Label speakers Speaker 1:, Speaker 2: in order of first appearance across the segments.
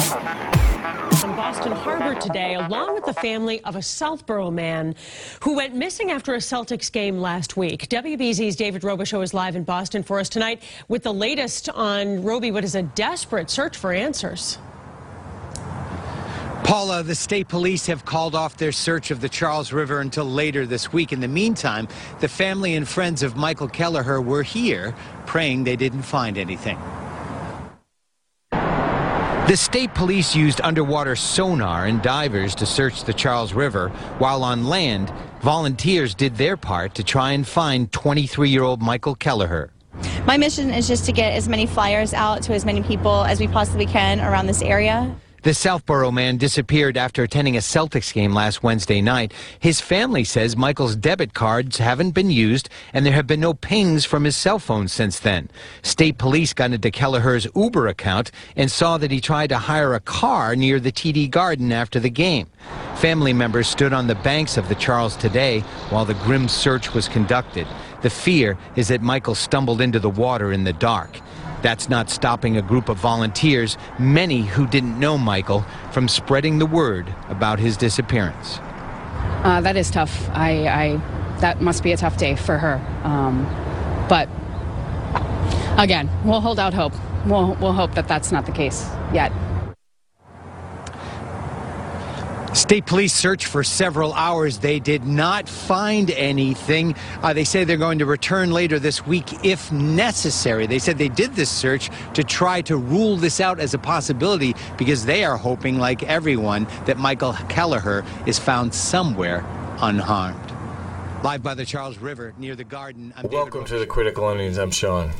Speaker 1: in Boston Harbor today, along with the family of a Southborough man who went missing after a Celtics game last week. WBZ's David Robichaux is live in Boston for us tonight with the latest on Roby, what is a desperate search for answers.
Speaker 2: Paula, the state police have called off their search of the Charles River until later this week. In the meantime, the family and friends of Michael Kelleher were here praying they didn't find anything. The state police used underwater sonar and divers to search the Charles River, while on land, volunteers did their part to try and find 23 year old Michael Kelleher.
Speaker 3: My mission is just to get as many flyers out to as many people as we possibly can around this area.
Speaker 2: The Southborough man disappeared after attending a Celtics game last Wednesday night. His family says Michael's debit cards haven't been used and there have been no pings from his cell phone since then. State police got into Kelleher's Uber account and saw that he tried to hire a car near the TD Garden after the game. Family members stood on the banks of the Charles today while the grim search was conducted. The fear is that Michael stumbled into the water in the dark. That's not stopping a group of volunteers, many who didn't know Michael, from spreading the word about his disappearance.
Speaker 4: Uh, that is tough. I, I, that must be a tough day for her. Um, but again, we'll hold out hope. We'll, we'll hope that that's not the case yet.
Speaker 2: State police searched for several hours. They did not find anything. Uh, they say they're going to return later this week if necessary. They said they did this search to try to rule this out as a possibility because they are hoping, like everyone, that Michael Kelleher is found somewhere unharmed. Live by the Charles River near the garden. I'm
Speaker 5: Welcome to the Critical Onions. I'm Sean.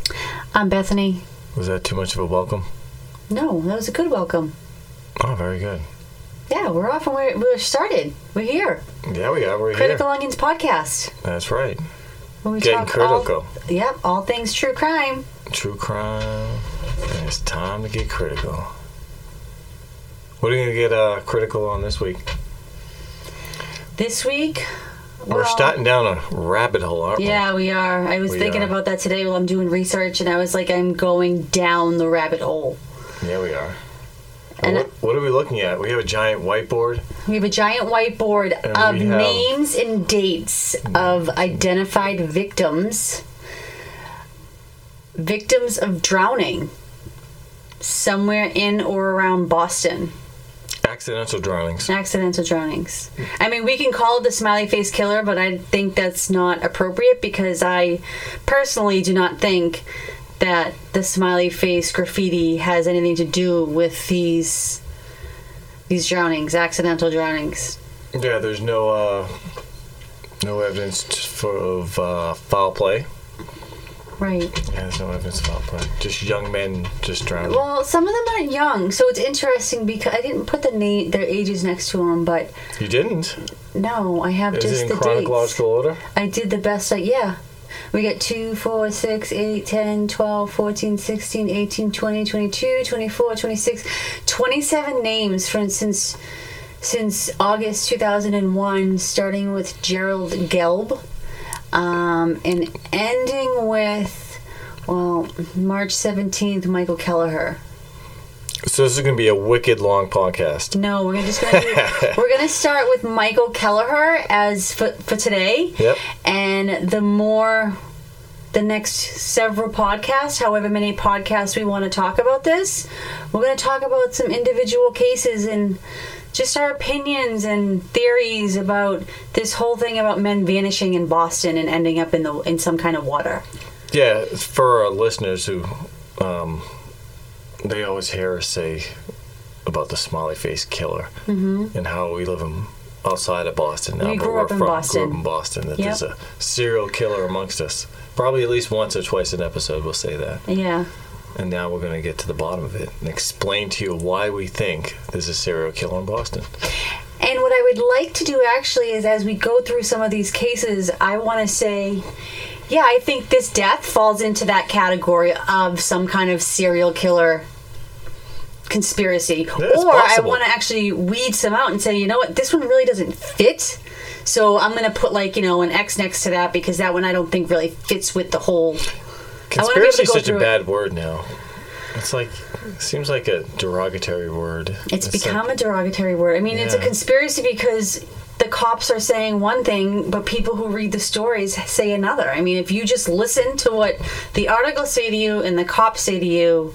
Speaker 6: I'm Bethany.
Speaker 5: Was that too much of a welcome?
Speaker 6: No, that was a good welcome.
Speaker 5: Oh, very good.
Speaker 6: Yeah, we're off and we're, we're started. We're here.
Speaker 5: Yeah, we are. We're
Speaker 6: Critical
Speaker 5: here.
Speaker 6: Onions podcast.
Speaker 5: That's right.
Speaker 6: When we
Speaker 5: Getting
Speaker 6: all-
Speaker 5: critical.
Speaker 6: yep, all things true crime.
Speaker 5: True crime. And it's time to get critical. What are you going to get uh, critical on this week?
Speaker 6: This week,
Speaker 5: We're
Speaker 6: well,
Speaker 5: starting down a rabbit hole, aren't
Speaker 6: Yeah, we are. I was
Speaker 5: We
Speaker 6: thinking
Speaker 5: are.
Speaker 6: about that today while I'm doing research, and I was like, I'm going down the rabbit hole.
Speaker 5: we? Yeah, we are.
Speaker 6: And-
Speaker 5: what, what are we looking at? We have a giant whiteboard.
Speaker 6: We have a giant whiteboard
Speaker 5: And
Speaker 6: of
Speaker 5: we have-
Speaker 6: names and dates of identified victims, victims of drowning, somewhere in or around Boston.
Speaker 5: Accidental drownings.
Speaker 6: Accidental drownings. I mean, we can call it the smiley face killer, but I think that's not appropriate because I personally do not think that the smiley face graffiti has anything to do with these these drownings, accidental drownings.
Speaker 5: Yeah, there's no uh, no evidence t- for of uh, foul play.
Speaker 6: Right.
Speaker 5: Yeah, there's no evidence of foul play. Just young men just drowning.
Speaker 6: Well, some of them are young, so it's interesting because I didn't put the name, their ages next to them, but
Speaker 5: you didn't?
Speaker 6: no, I have
Speaker 5: Is
Speaker 6: just
Speaker 5: it
Speaker 6: the
Speaker 5: in chronological
Speaker 6: dates.
Speaker 5: order?
Speaker 6: I did the best I yeah. We got 2, 4, 6, 8, 10, 12, 14, 16, 18, 20, 22, 24, 26, 27 names, for instance, since August 2001, starting with Gerald Gelb um, and ending with, well, March 17th, Michael Kelleher.
Speaker 5: So this is going to be a wicked long podcast.
Speaker 6: No, we're just gonna do, we're gonna start with Michael Kelleher as for, for today.
Speaker 5: Yep.
Speaker 6: And the more the next several podcasts, however many podcasts we want to talk about this, we're gonna talk about some individual cases and just our opinions and theories about this whole thing about men vanishing in Boston and ending up in the in some kind of water.
Speaker 5: Yeah, for our listeners who, um, they always hear us say about the smiley face killer and how we live in, outside of Boston now.
Speaker 6: Mm-hmm. We
Speaker 5: but
Speaker 6: grew
Speaker 5: we're
Speaker 6: up in
Speaker 5: from,
Speaker 6: Boston.
Speaker 5: Grew up in Boston. That
Speaker 6: Yep.
Speaker 5: there's a serial killer amongst us. Probably at least once or twice an episode we'll say that.
Speaker 6: Yeah.
Speaker 5: And now we're going to get to the bottom of it and explain to you why we think there's a serial killer in Boston.
Speaker 6: And what I would like to do actually is as we go through some of these cases, I want to say, yeah, I think this death falls into that category of some kind of serial killer conspiracy.
Speaker 5: it's
Speaker 6: or I
Speaker 5: possible.
Speaker 6: want to actually weed some out and say, you know what, this one really doesn't fit. So I'm going to put like, you know, an X next to that because that one I don't think really fits with the whole. I wanna be able to
Speaker 5: Conspiracy is
Speaker 6: go
Speaker 5: such a
Speaker 6: through it.
Speaker 5: bad word now. It's like seems like a derogatory word.
Speaker 6: It's
Speaker 5: like-
Speaker 6: become a derogatory word. I mean, it's a
Speaker 5: Yeah.
Speaker 6: conspiracy because the cops are saying one thing, but people who read the stories say another. I mean, if you just listen to what the articles say to you and the cops say to you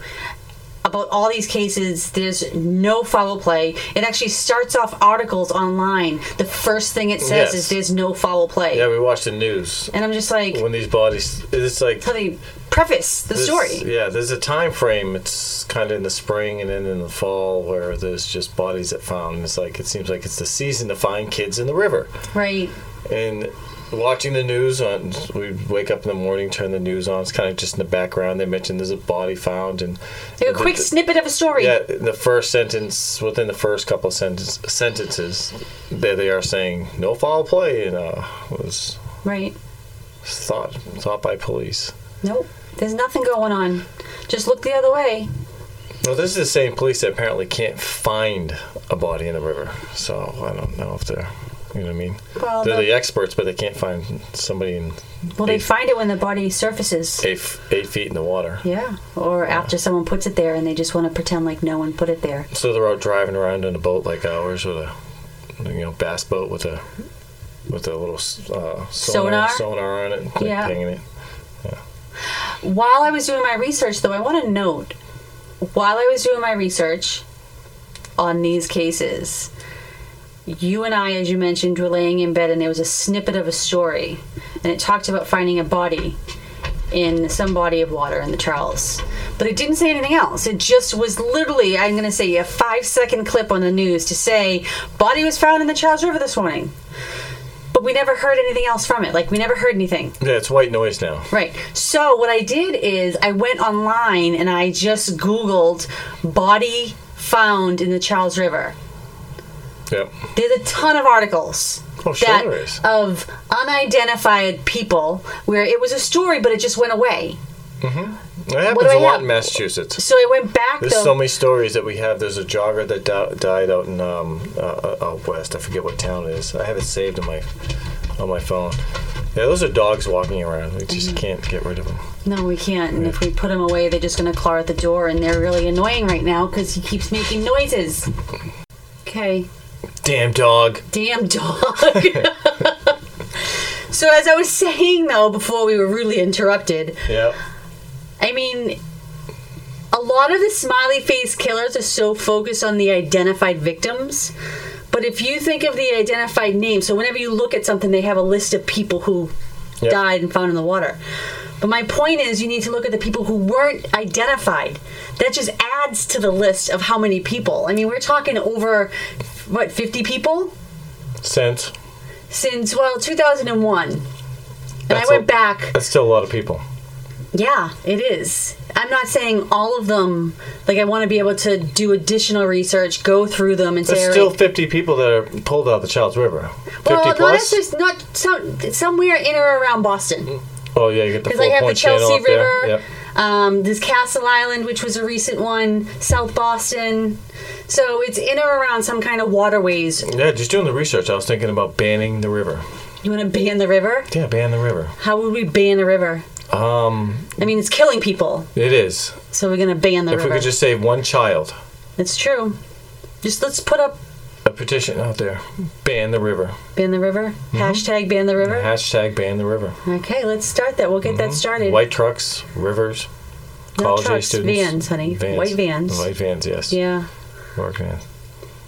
Speaker 6: about all these cases, there's no foul play. It actually starts off articles online. The first thing it
Speaker 5: Yes.
Speaker 6: says is there's no foul play.
Speaker 5: yeah, we watch the news
Speaker 6: And I'm just like,
Speaker 5: when these bodies. It's like
Speaker 6: how they preface the
Speaker 5: this-
Speaker 6: story.
Speaker 5: Yeah, there's a time frame. It's kind of in the spring and then in the fall where there's just bodies that found. It's like it seems like it's the season to find kids in the river.
Speaker 6: Right.
Speaker 5: and watching the news on we wake up in the morning turn the news on it's kind of just in the background they mentioned there's a body found and
Speaker 6: Like a quick snippet of a story.
Speaker 5: yeah in the first sentence within the first couple of sentence, sentences there they are saying no foul play and uh was
Speaker 6: Right.
Speaker 5: thought thought by police
Speaker 6: Nope. There's nothing going on. Just look the other way.
Speaker 5: well this is the same police that apparently can't find a body in the river so i don't know if they're you know what i mean
Speaker 6: Well,
Speaker 5: they're
Speaker 6: the-
Speaker 5: the experts but they can't find somebody in
Speaker 6: Well, they
Speaker 5: eight-
Speaker 6: find it when the body surfaces.
Speaker 5: eight, f- eight feet in the water
Speaker 6: Yeah, or after someone puts it there and they just want to pretend like no one put it there.
Speaker 5: So they're out driving around in a boat like ours with a, you know, bass boat with a, with a little uh, sonar
Speaker 6: Sonar?
Speaker 5: sonar, on it, like
Speaker 6: Yeah.
Speaker 5: pinging it.
Speaker 6: While I was doing my research, though, I want to note while I was doing my research on these cases, you and I, as you mentioned, were laying in bed and there was a snippet of a story and it talked about finding a body in some body of water in the Charles. But it didn't say anything else. It just was literally, I'm going to say, a five second clip on the news to say, body was found in the Charles River this morning. But we never heard anything else from it. Like, we never heard anything.
Speaker 5: Yeah, it's white noise now.
Speaker 6: Right. So what I did is I went online and I just Googled body found in the Charles River.
Speaker 5: Yep.
Speaker 6: There's a ton of articles
Speaker 5: Oh, sure there is.
Speaker 6: of unidentified people where it was a story but it just went away.
Speaker 5: It happens
Speaker 6: do
Speaker 5: a
Speaker 6: I
Speaker 5: lot
Speaker 6: have?
Speaker 5: in Massachusetts.
Speaker 6: So I went back
Speaker 5: There's
Speaker 6: though.
Speaker 5: so many stories that we have. There's a jogger that di- died out in um, uh, uh, out west. I forget what town it is. I have it saved on my on my phone. Yeah, those are dogs walking around. We
Speaker 6: Mm-hmm.
Speaker 5: just can't get rid of them.
Speaker 6: no, we can't. And if we put them away, they're just going to claw at the door and they're really annoying right now cuz he keeps making noises. Okay.
Speaker 5: Damn dog.
Speaker 6: damn dog. so as I was saying though before we were rudely interrupted,
Speaker 5: Yep.
Speaker 6: I mean a lot of the smiley face killers are so focused on the identified victims. But if you think of the identified names, so whenever you look at something, they have a list of people who
Speaker 5: Yep.
Speaker 6: died and found in the water. But my point is, you need to look at the people who weren't identified. That just adds to the list of how many people. I mean, we're talking over, what, 50 people?
Speaker 5: Scent.
Speaker 6: since well 2001 and
Speaker 5: That's
Speaker 6: i went
Speaker 5: a-
Speaker 6: back
Speaker 5: That's still a lot of people.
Speaker 6: yeah it is i'm not saying all of them like i want to be able to do additional research go through them and say
Speaker 5: There's still
Speaker 6: all right,
Speaker 5: 50 people that are pulled out of the Child's River. 50
Speaker 6: well not
Speaker 5: plus?
Speaker 6: necessarily not some, somewhere in or around boston
Speaker 5: oh, yeah, you get the
Speaker 6: because i
Speaker 5: four
Speaker 6: have the
Speaker 5: point channel
Speaker 6: chelsea
Speaker 5: up there.
Speaker 6: river
Speaker 5: Yep.
Speaker 6: um, there's castle island which was a recent one south boston so it's in or around some kind of waterways
Speaker 5: Yeah, just doing the research, I was thinking about banning the river.
Speaker 6: you want to ban the river
Speaker 5: Yeah, ban the river.
Speaker 6: how would we ban a river
Speaker 5: Um,
Speaker 6: i mean it's killing people
Speaker 5: it is.
Speaker 6: so we're going to ban the
Speaker 5: If
Speaker 6: river
Speaker 5: we could just save one child,
Speaker 6: It's true. Just let's put up
Speaker 5: a petition out there. Ban the river.
Speaker 6: ban the river.
Speaker 5: Mm-hmm.
Speaker 6: Hashtag ban the river.
Speaker 5: Hashtag ban the river.
Speaker 6: Okay, let's start that. We'll get that started.
Speaker 5: Mm-hmm. White trucks, rivers,
Speaker 6: No
Speaker 5: college age
Speaker 6: trucks,
Speaker 5: students.
Speaker 6: Vans, honey. White vans.
Speaker 5: White vans, yes.
Speaker 6: Yeah.
Speaker 5: Work vans.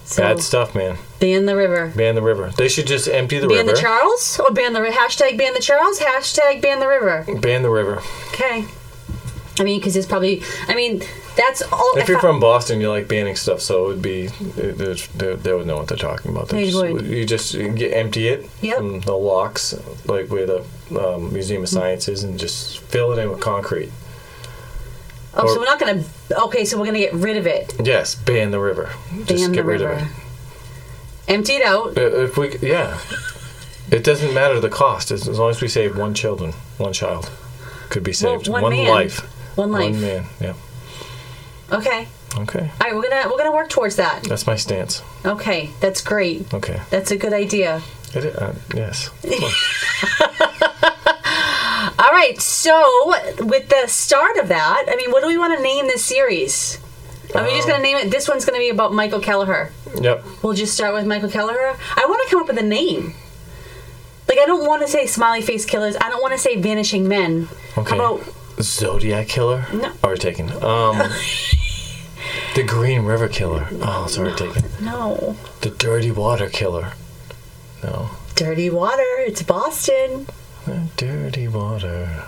Speaker 6: So
Speaker 5: Bad stuff, man.
Speaker 6: ban the river.
Speaker 5: Ban the river. They should just empty the
Speaker 6: Ban
Speaker 5: river.
Speaker 6: the Charles or ban the ri- hashtag ban the Charles. Hashtag ban the river.
Speaker 5: ban the river.
Speaker 6: Okay. I mean, because it's probably. I mean, that's all.
Speaker 5: If
Speaker 6: I-
Speaker 5: you're from Boston, you like banning stuff, so it would be there's- they, they would know what they're talking about. They
Speaker 6: They
Speaker 5: just,
Speaker 6: would.
Speaker 5: You just get, empty it
Speaker 6: Yep. Mm.
Speaker 5: from the locks, like where the um, Museum of Science is, and just fill it in with concrete.
Speaker 6: oh, so
Speaker 5: or-
Speaker 6: we're not gonna. Okay, so we're gonna get rid of it.
Speaker 5: Yes, ban the river.
Speaker 6: Ban
Speaker 5: just
Speaker 6: the
Speaker 5: get rid
Speaker 6: river.
Speaker 5: of it.
Speaker 6: Emptied out.
Speaker 5: If we, yeah, it doesn't matter the cost as, as long as we save one children, one child, could be
Speaker 6: Well,
Speaker 5: saved.
Speaker 6: one man.
Speaker 5: life.
Speaker 6: One life.
Speaker 5: One man. Yeah.
Speaker 6: Okay.
Speaker 5: Okay.
Speaker 6: All right, we're gonna we're gonna work towards that.
Speaker 5: That's my stance.
Speaker 6: Okay, that's great.
Speaker 5: Okay.
Speaker 6: That's a good idea.
Speaker 5: It, i- uh, yes.
Speaker 6: All right, so with the start of that, I mean, what do we want to name this series? Are we
Speaker 5: Uh,
Speaker 6: just gonna name it? This one's gonna be about Michael Kelleher.
Speaker 5: Yep.
Speaker 6: We'll just start with Michael Kelleher. I want to come up with a name. Like, I don't want to say smiley face killers. I don't want to say vanishing men.
Speaker 5: Okay.
Speaker 6: How about
Speaker 5: Zodiac Killer?
Speaker 6: No.
Speaker 5: Already taken. Um, the Green River Killer. Oh, it's already taken.
Speaker 6: no?
Speaker 5: The Dirty Water Killer. No.
Speaker 6: Dirty water. It's Boston.
Speaker 5: Uh, Dirty Water.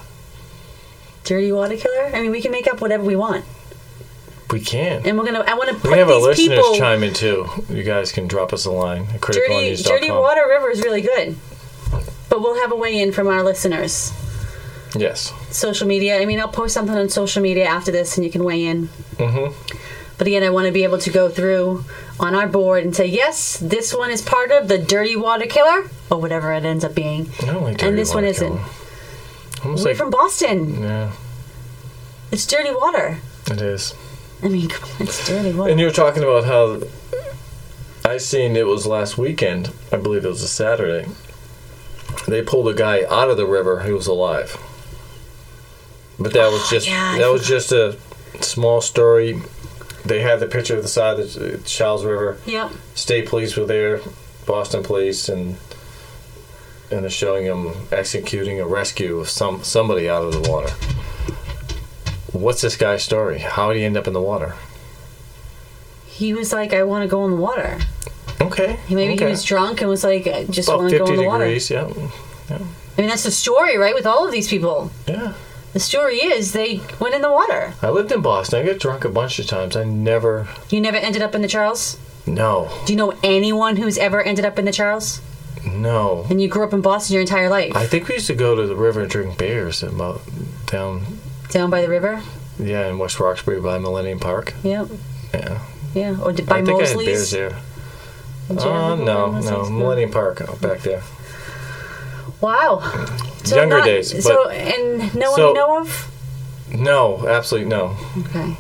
Speaker 6: Dirty water killer. I mean, we can make up whatever we want,
Speaker 5: We can.
Speaker 6: and we're gonna. I want to put
Speaker 5: we have our
Speaker 6: these
Speaker 5: listeners
Speaker 6: people.
Speaker 5: chime in too. You guys can drop us a line at
Speaker 6: dirty,
Speaker 5: criticalnews.com.
Speaker 6: dirty water river is really good, but we'll have a weigh in from our listeners.
Speaker 5: Yes.
Speaker 6: Social media. I mean, I'll post something on social media after this, and you can weigh in.
Speaker 5: Mm-hmm.
Speaker 6: But again, I want to be able to go through on our board and say, yes, this one is part of the Dirty Water Killer, or whatever it ends up being.
Speaker 5: I don't like Dirty
Speaker 6: and this
Speaker 5: Water
Speaker 6: one isn't.
Speaker 5: Killer. Almost
Speaker 6: We're
Speaker 5: like,
Speaker 6: from Boston.
Speaker 5: yeah,
Speaker 6: It's Dirty Water.
Speaker 5: it is.
Speaker 6: I mean, come on, it's Dirty Water.
Speaker 5: And you were talking about how I seen it was last weekend. I believe it was a Saturday. They pulled a guy out of the river who was alive. But that was just
Speaker 6: Oh, yeah, I
Speaker 5: that was just a small story. They had the picture of the side of the Charles River.
Speaker 6: Yep.
Speaker 5: State police were there, Boston police, and and they're showing him executing a rescue of some somebody out of the water. What's this guy's story? How did he end up in the water?
Speaker 6: He was like, I want to go in the water.
Speaker 5: Okay.
Speaker 6: He Maybe
Speaker 5: okay.
Speaker 6: he was drunk and was like, I just
Speaker 5: About
Speaker 6: want to go
Speaker 5: 50
Speaker 6: in the water.
Speaker 5: degrees, yeah. yeah.
Speaker 6: I mean, that's the story, right, with all of these people.
Speaker 5: Yeah.
Speaker 6: The story is they went in the water.
Speaker 5: I lived in Boston. I got drunk a bunch of times. I never.
Speaker 6: You never ended up in the Charles?
Speaker 5: No.
Speaker 6: Do you know anyone who's ever ended up in the Charles?
Speaker 5: No.
Speaker 6: And you grew up in Boston your entire life?
Speaker 5: I think we used to go to the river and drink beers in about down,
Speaker 6: Down by the river?
Speaker 5: yeah, in West Roxbury by Millennium Park.
Speaker 6: Yep.
Speaker 5: Yeah.
Speaker 6: Yeah, or did, by
Speaker 5: I think I had beers
Speaker 6: Mosley's.
Speaker 5: there.
Speaker 6: Did you
Speaker 5: Oh,
Speaker 6: ever go
Speaker 5: no,
Speaker 6: by Mosley's?
Speaker 5: no. Millennium Park out back there.
Speaker 6: Wow. So
Speaker 5: Younger
Speaker 6: not-
Speaker 5: days, but-
Speaker 6: so and no one
Speaker 5: so-
Speaker 6: you know of.
Speaker 5: No, absolutely no.
Speaker 6: Okay.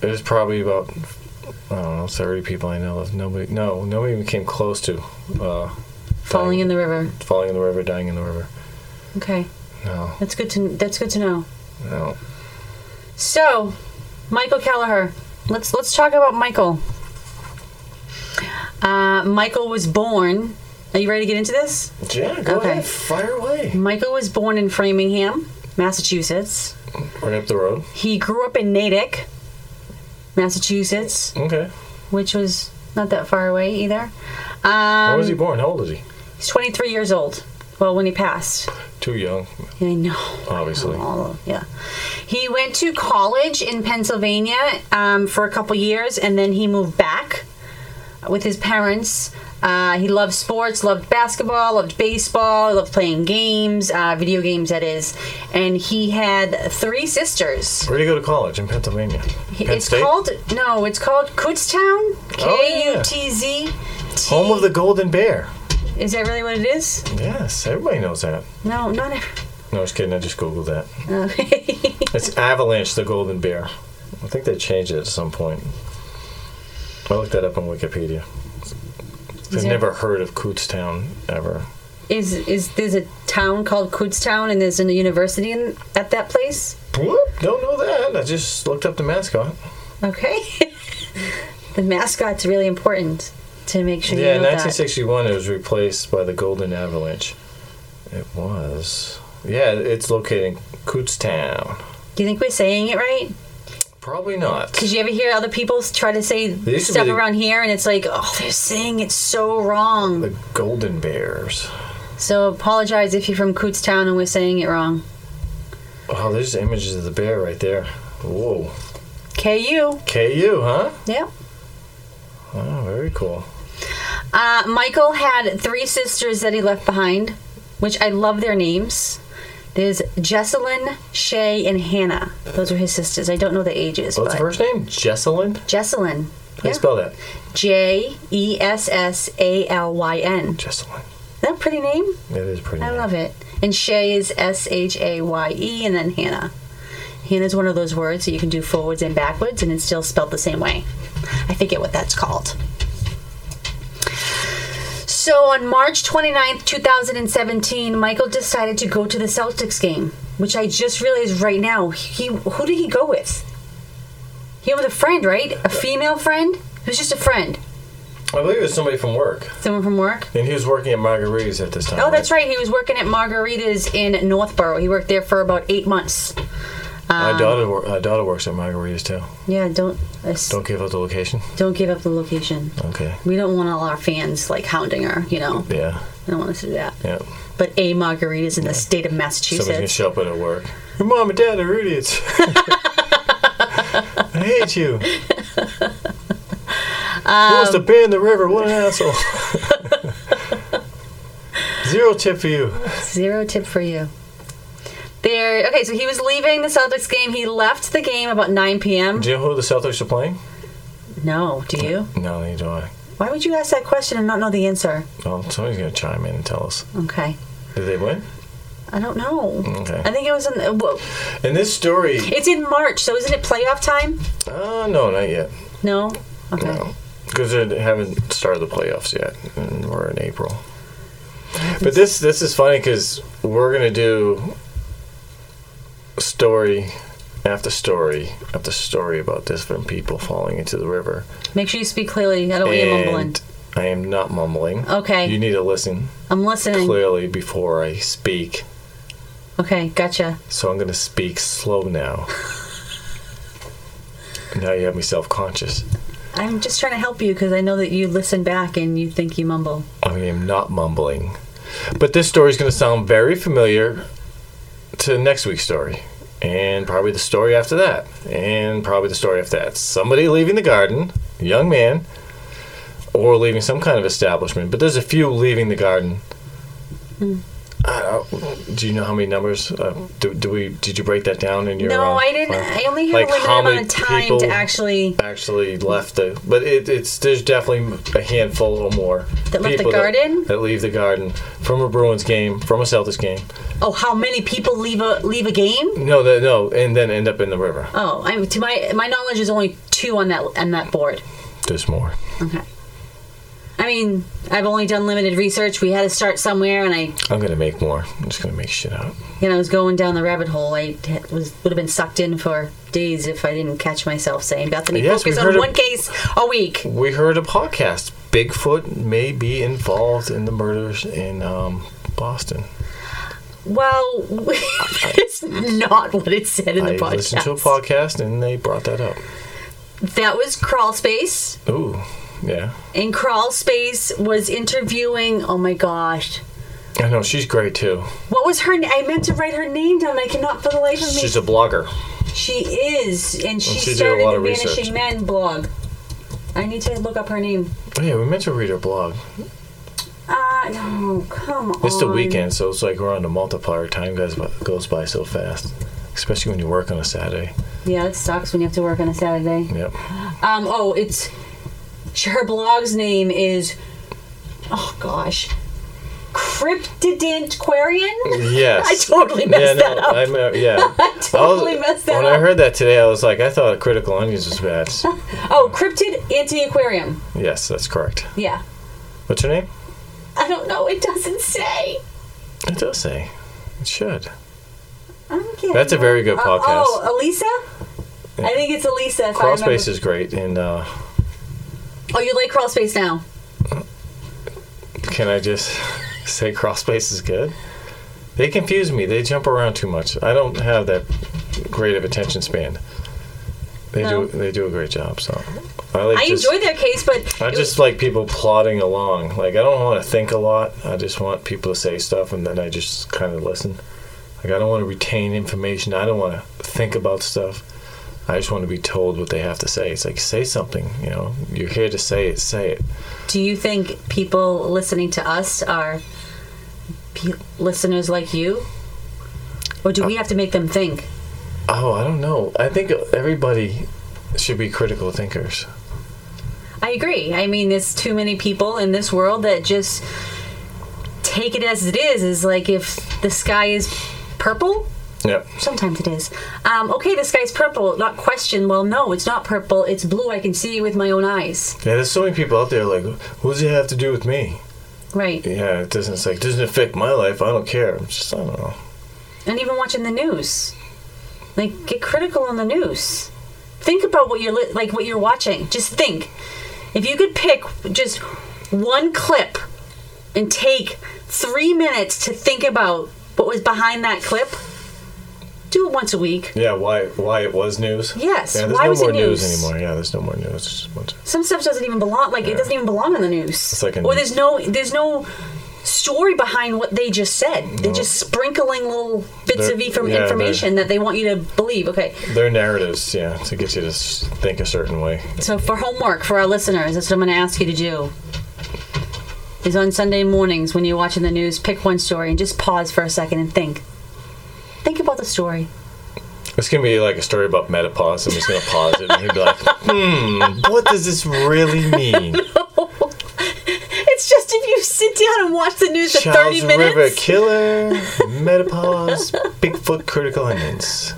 Speaker 5: There's probably about, I don't know, 30 people I know of. Nobody, no, nobody even came close to uh,
Speaker 6: Falling
Speaker 5: dying-
Speaker 6: in the river.
Speaker 5: falling in the river, dying in the river.
Speaker 6: Okay,
Speaker 5: No,
Speaker 6: that's good to that's good to know.
Speaker 5: no.
Speaker 6: So, Michael Kelleher. Let's let's talk about Michael. Uh, Michael was born. Are you ready to get into this?
Speaker 5: Yeah, go
Speaker 6: Okay.
Speaker 5: ahead. Fire away.
Speaker 6: Michael was born in Framingham, Massachusetts.
Speaker 5: Right up the road.
Speaker 6: He grew up in Natick, Massachusetts,
Speaker 5: Okay.
Speaker 6: which was not that far away either. Um,
Speaker 5: Where was he born? How old is he?
Speaker 6: He's 23 years old. Well, when he passed.
Speaker 5: Too young,
Speaker 6: I know.
Speaker 5: obviously.
Speaker 6: All of- yeah. He went to college in Pennsylvania um, for a couple years and then he moved back with his parents. Uh, he loved sports, loved basketball, loved baseball, loved playing games, uh, video games, that is. And he had three sisters.
Speaker 5: Where'd he go to college? In Pennsylvania. Penn
Speaker 6: it's
Speaker 5: State? Oh,
Speaker 6: called, no, it's called Kutztown. K
Speaker 5: yeah.
Speaker 6: U T Z. T-
Speaker 5: Home of the Golden Bear.
Speaker 6: Is that really what it is?
Speaker 5: Yes, everybody knows that.
Speaker 6: No, not every.
Speaker 5: No, just kidding. I just Googled that.
Speaker 6: Okay.
Speaker 5: It's Avalanche the Golden Bear. I think they changed it at some point. I looked that up on Wikipedia. I've
Speaker 6: there-
Speaker 5: never heard of Kutztown ever.
Speaker 6: is is there's a town called Kutztown and there's a university in, at that place.
Speaker 5: Whoop, don't know that. I just looked up the mascot.
Speaker 6: Okay, the mascot's really important to make sure
Speaker 5: Yeah,
Speaker 6: you
Speaker 5: in
Speaker 6: know
Speaker 5: 1961, it was replaced by the Golden Avalanche. It was. Yeah, it's located in Kutztown.
Speaker 6: that. Do you think we're saying it right?
Speaker 5: Probably not.
Speaker 6: Because you ever hear other people s- try to say
Speaker 5: used to
Speaker 6: stuff
Speaker 5: be the-
Speaker 6: around here, and it's like, oh, they're saying it so wrong.
Speaker 5: The Golden Bears.
Speaker 6: So apologize if you're from Kutztown and we're saying it wrong.
Speaker 5: Wow, there's images of the bear right there. Whoa.
Speaker 6: KU.
Speaker 5: KU, huh?
Speaker 6: Yep.
Speaker 5: Oh, very cool.
Speaker 6: Uh, Michael had three sisters that he left behind, which I love their names. There's Jessalyn, Shay, and Hannah. Those are his sisters. I don't know the ages,
Speaker 5: What's
Speaker 6: but
Speaker 5: the first name? Jessalyn?
Speaker 6: Jessalyn.
Speaker 5: How do you spell that?
Speaker 6: J E S S A L Y N. Is
Speaker 5: Jesselyn.
Speaker 6: that a pretty name?
Speaker 5: It is pretty.
Speaker 6: I love it. And Shay is S H A Y E, and then Hannah. Hannah's one of those words that you can do forwards and backwards, and it's still spelled the same way. I forget what that's called. So on March 29th, 2017, Michael decided to go to the Celtics game, which I just realized right now. He who did he go with? He went with a friend, right? A female friend? It was just a friend.
Speaker 5: I believe it was somebody from work,
Speaker 6: Someone from work?
Speaker 5: and he was working at Margaritas at this time.
Speaker 6: Oh, that's right. He was working at Margarita's in Northborough. He worked there for about eight months.
Speaker 5: My daughter, wor- my daughter works at Margaritas too.
Speaker 6: Yeah, don't us-
Speaker 5: Don't give up the location.
Speaker 6: don't give up the location.
Speaker 5: Okay.
Speaker 6: We don't want all our fans like hounding her. You know,
Speaker 5: Yeah.
Speaker 6: I don't want us to do that.
Speaker 5: Yeah.
Speaker 6: But a Margarita's in the state
Speaker 5: Somebody's
Speaker 6: of
Speaker 5: gonna
Speaker 6: Massachusetts.
Speaker 5: show up at her work. Your mom and dad are idiots. I hate you. Who wants to
Speaker 6: Um,
Speaker 5: ban the river? What an asshole. Zero tip for you.
Speaker 6: Zero tip for you. There. Okay, so he was leaving the Celtics game. He left the game about 9 p.m.
Speaker 5: Do you know who the Celtics are playing?
Speaker 6: No, do you?
Speaker 5: No, neither do I.
Speaker 6: Why would you ask that question and not know the answer?
Speaker 5: Well, somebody's gonna chime in and tell us.
Speaker 6: Okay,
Speaker 5: Did they win?
Speaker 6: I don't know.
Speaker 5: Okay.
Speaker 6: I think it was in. uh, whoa.
Speaker 5: In this story,
Speaker 6: It's in March, so isn't it playoff time?
Speaker 5: uh, no, not yet.
Speaker 6: No. Okay.
Speaker 5: No, because they haven't started the playoffs yet, and we're in April. But this this is funny because we're gonna do story after story after story about different people falling into the river.
Speaker 6: Make sure you speak clearly. I don't want you Oh, mumbling.
Speaker 5: and I am not mumbling.
Speaker 6: Okay.
Speaker 5: you need to listen
Speaker 6: I'm listening.
Speaker 5: clearly before I speak.
Speaker 6: Okay, gotcha.
Speaker 5: So I'm gonna speak slow now. now you have me self conscious.
Speaker 6: I'm just trying to help you because I know that you listen back and you think you mumble.
Speaker 5: I am not mumbling. But this story is going to sound very familiar to next week's story, and probably the story after that, and probably the story after that. Somebody leaving the garden, a young man, or leaving some kind of establishment. But there's a few leaving the garden.
Speaker 6: Hmm.
Speaker 5: I don't- do you know how many numbers? Uh, do, do we? Did you break that down in your?
Speaker 6: no,
Speaker 5: uh,
Speaker 6: I didn't.
Speaker 5: uh,
Speaker 6: I only had
Speaker 5: like
Speaker 6: a limited
Speaker 5: how
Speaker 6: amount
Speaker 5: many
Speaker 6: of time
Speaker 5: people
Speaker 6: to actually
Speaker 5: actually left the but it, it's there's definitely a handful or more
Speaker 6: That left the
Speaker 5: people
Speaker 6: garden?
Speaker 5: that, leave the garden from a Bruins game from a Celtics game
Speaker 6: Oh, how many people leave a leave a game?
Speaker 5: no that no and then end up in the river
Speaker 6: Oh, I'm to my my knowledge is only two on that on that board.
Speaker 5: there's more
Speaker 6: Okay. I mean, I've only done limited research. We had to start somewhere, and I,
Speaker 5: I'm gonna make more I'm just gonna make shit up
Speaker 6: you know, I was going down the rabbit hole. I t- was would have been sucked in for days if I didn't catch myself saying, "Bethany,
Speaker 5: Yes,
Speaker 6: focus
Speaker 5: we've heard
Speaker 6: on
Speaker 5: of-
Speaker 6: one case a week."
Speaker 5: we heard a podcast Bigfoot may be involved in the murders in um, Boston
Speaker 6: Well, it's not what it said in
Speaker 5: I
Speaker 6: the podcast.
Speaker 5: listened to a podcast and they brought that up
Speaker 6: That was Crawl Space,
Speaker 5: ooh yeah
Speaker 6: and Crawl Space was interviewing. Oh my gosh,
Speaker 5: I know she's great too
Speaker 6: what was her? na- I meant to write her name down. I cannot for the life of me.
Speaker 5: she's a blogger
Speaker 6: she is, and she,
Speaker 5: she did a
Speaker 6: started
Speaker 5: lot
Speaker 6: the
Speaker 5: of
Speaker 6: Vanishing
Speaker 5: research.
Speaker 6: Men blog. I need to look up her name.
Speaker 5: oh, yeah we meant to read her blog
Speaker 6: Uh, no, come on.
Speaker 5: It's the weekend, so it's like we're on the multiplier. Time goes by, goes by so fast, especially when you work on a Saturday.
Speaker 6: Yeah, it sucks when you have to work on a Saturday.
Speaker 5: Yep.
Speaker 6: Um, oh, it's sh- her blog's name is oh gosh, Cryptidant Quarian.
Speaker 5: Yes.
Speaker 6: I totally
Speaker 5: yeah,
Speaker 6: messed that up.
Speaker 5: I'm, uh, yeah.
Speaker 6: I totally
Speaker 5: was-
Speaker 6: messed that
Speaker 5: oh, When
Speaker 6: up.
Speaker 5: I heard that today, I was like, I thought Critical Onions was bad.
Speaker 6: oh, Cryptid Anti Aquarium.
Speaker 5: yes, that's correct.
Speaker 6: Yeah,
Speaker 5: What's her name?
Speaker 6: I don't know. It doesn't say.
Speaker 5: It does say. It should.
Speaker 6: I'm kidding.
Speaker 5: That's a very good
Speaker 6: Uh,
Speaker 5: podcast.
Speaker 6: oh, Elisa. I think it's Elisa. If I
Speaker 5: Crawl
Speaker 6: remember.
Speaker 5: Space is great, and uh,
Speaker 6: Oh, you like crawl space now?
Speaker 5: can I just say Crawl Space is good? They confuse me. They jump around too much. I don't have that great of attention span. They
Speaker 6: No.
Speaker 5: do. They do a great job. So I like.
Speaker 6: I
Speaker 5: just-
Speaker 6: enjoyed their case, but
Speaker 5: I
Speaker 6: it
Speaker 5: just like people plodding along. Like I don't want to think a lot. I just want people to say stuff, and then I just kind of listen. Like I don't want to retain information. I don't want to think about stuff. I just want to be told what they have to say. It's like say something. You know, you're here to say it. Say it.
Speaker 6: was- do you think people listening to us are pe- listeners like you, or do we have to make them think?
Speaker 5: Oh, I don't know. I think everybody should be critical thinkers.
Speaker 6: I agree. I mean, there's too many people in this world that just take it as it is. Is like if the sky is purple,
Speaker 5: Yep.
Speaker 6: Sometimes it is. Um, okay, the sky's purple. Not question. Well, no, it's not purple. It's blue. I can see it with my own eyes.
Speaker 5: Yeah, there's so many people out there like, what does it have to do with me?
Speaker 6: Right.
Speaker 5: Yeah, it doesn't. It's like doesn't affect my life. I don't care. I'm just I don't know.
Speaker 6: And even watching the news, like get critical on the news. Think about what you're li- like what you're watching. Just think. If you could pick just one clip and take three minutes to think about what was behind that clip, do it once a week.
Speaker 5: Yeah, why why it was news?
Speaker 6: Yes,
Speaker 5: Yeah, there's
Speaker 6: why
Speaker 5: no
Speaker 6: was it
Speaker 5: more news?
Speaker 6: news?
Speaker 5: anymore. Yeah, there's no more news. It's just a bunch of-
Speaker 6: some stuff doesn't even belong like it doesn't even belong in the news
Speaker 5: like an-
Speaker 6: or there's no there's no story behind what they just said they're just sprinkling little bits
Speaker 5: They're-
Speaker 6: of e- from
Speaker 5: yeah,
Speaker 6: information that they want you to believe okay
Speaker 5: Their narratives, yeah, to get you to s- think a certain way.
Speaker 6: so for homework for our listeners that's what i'm going to ask you to do is on sunday mornings when you're watching the news pick one story and just pause for a second and think think about the story
Speaker 5: This can be like a story about menopause. I'm just gonna pause it and he'd be like, "Hmm, what does this really mean?"
Speaker 6: it's just if you sit down and watch the news for 30
Speaker 5: Charles
Speaker 6: minutes
Speaker 5: River Killer, menopause, Bigfoot, critical onions,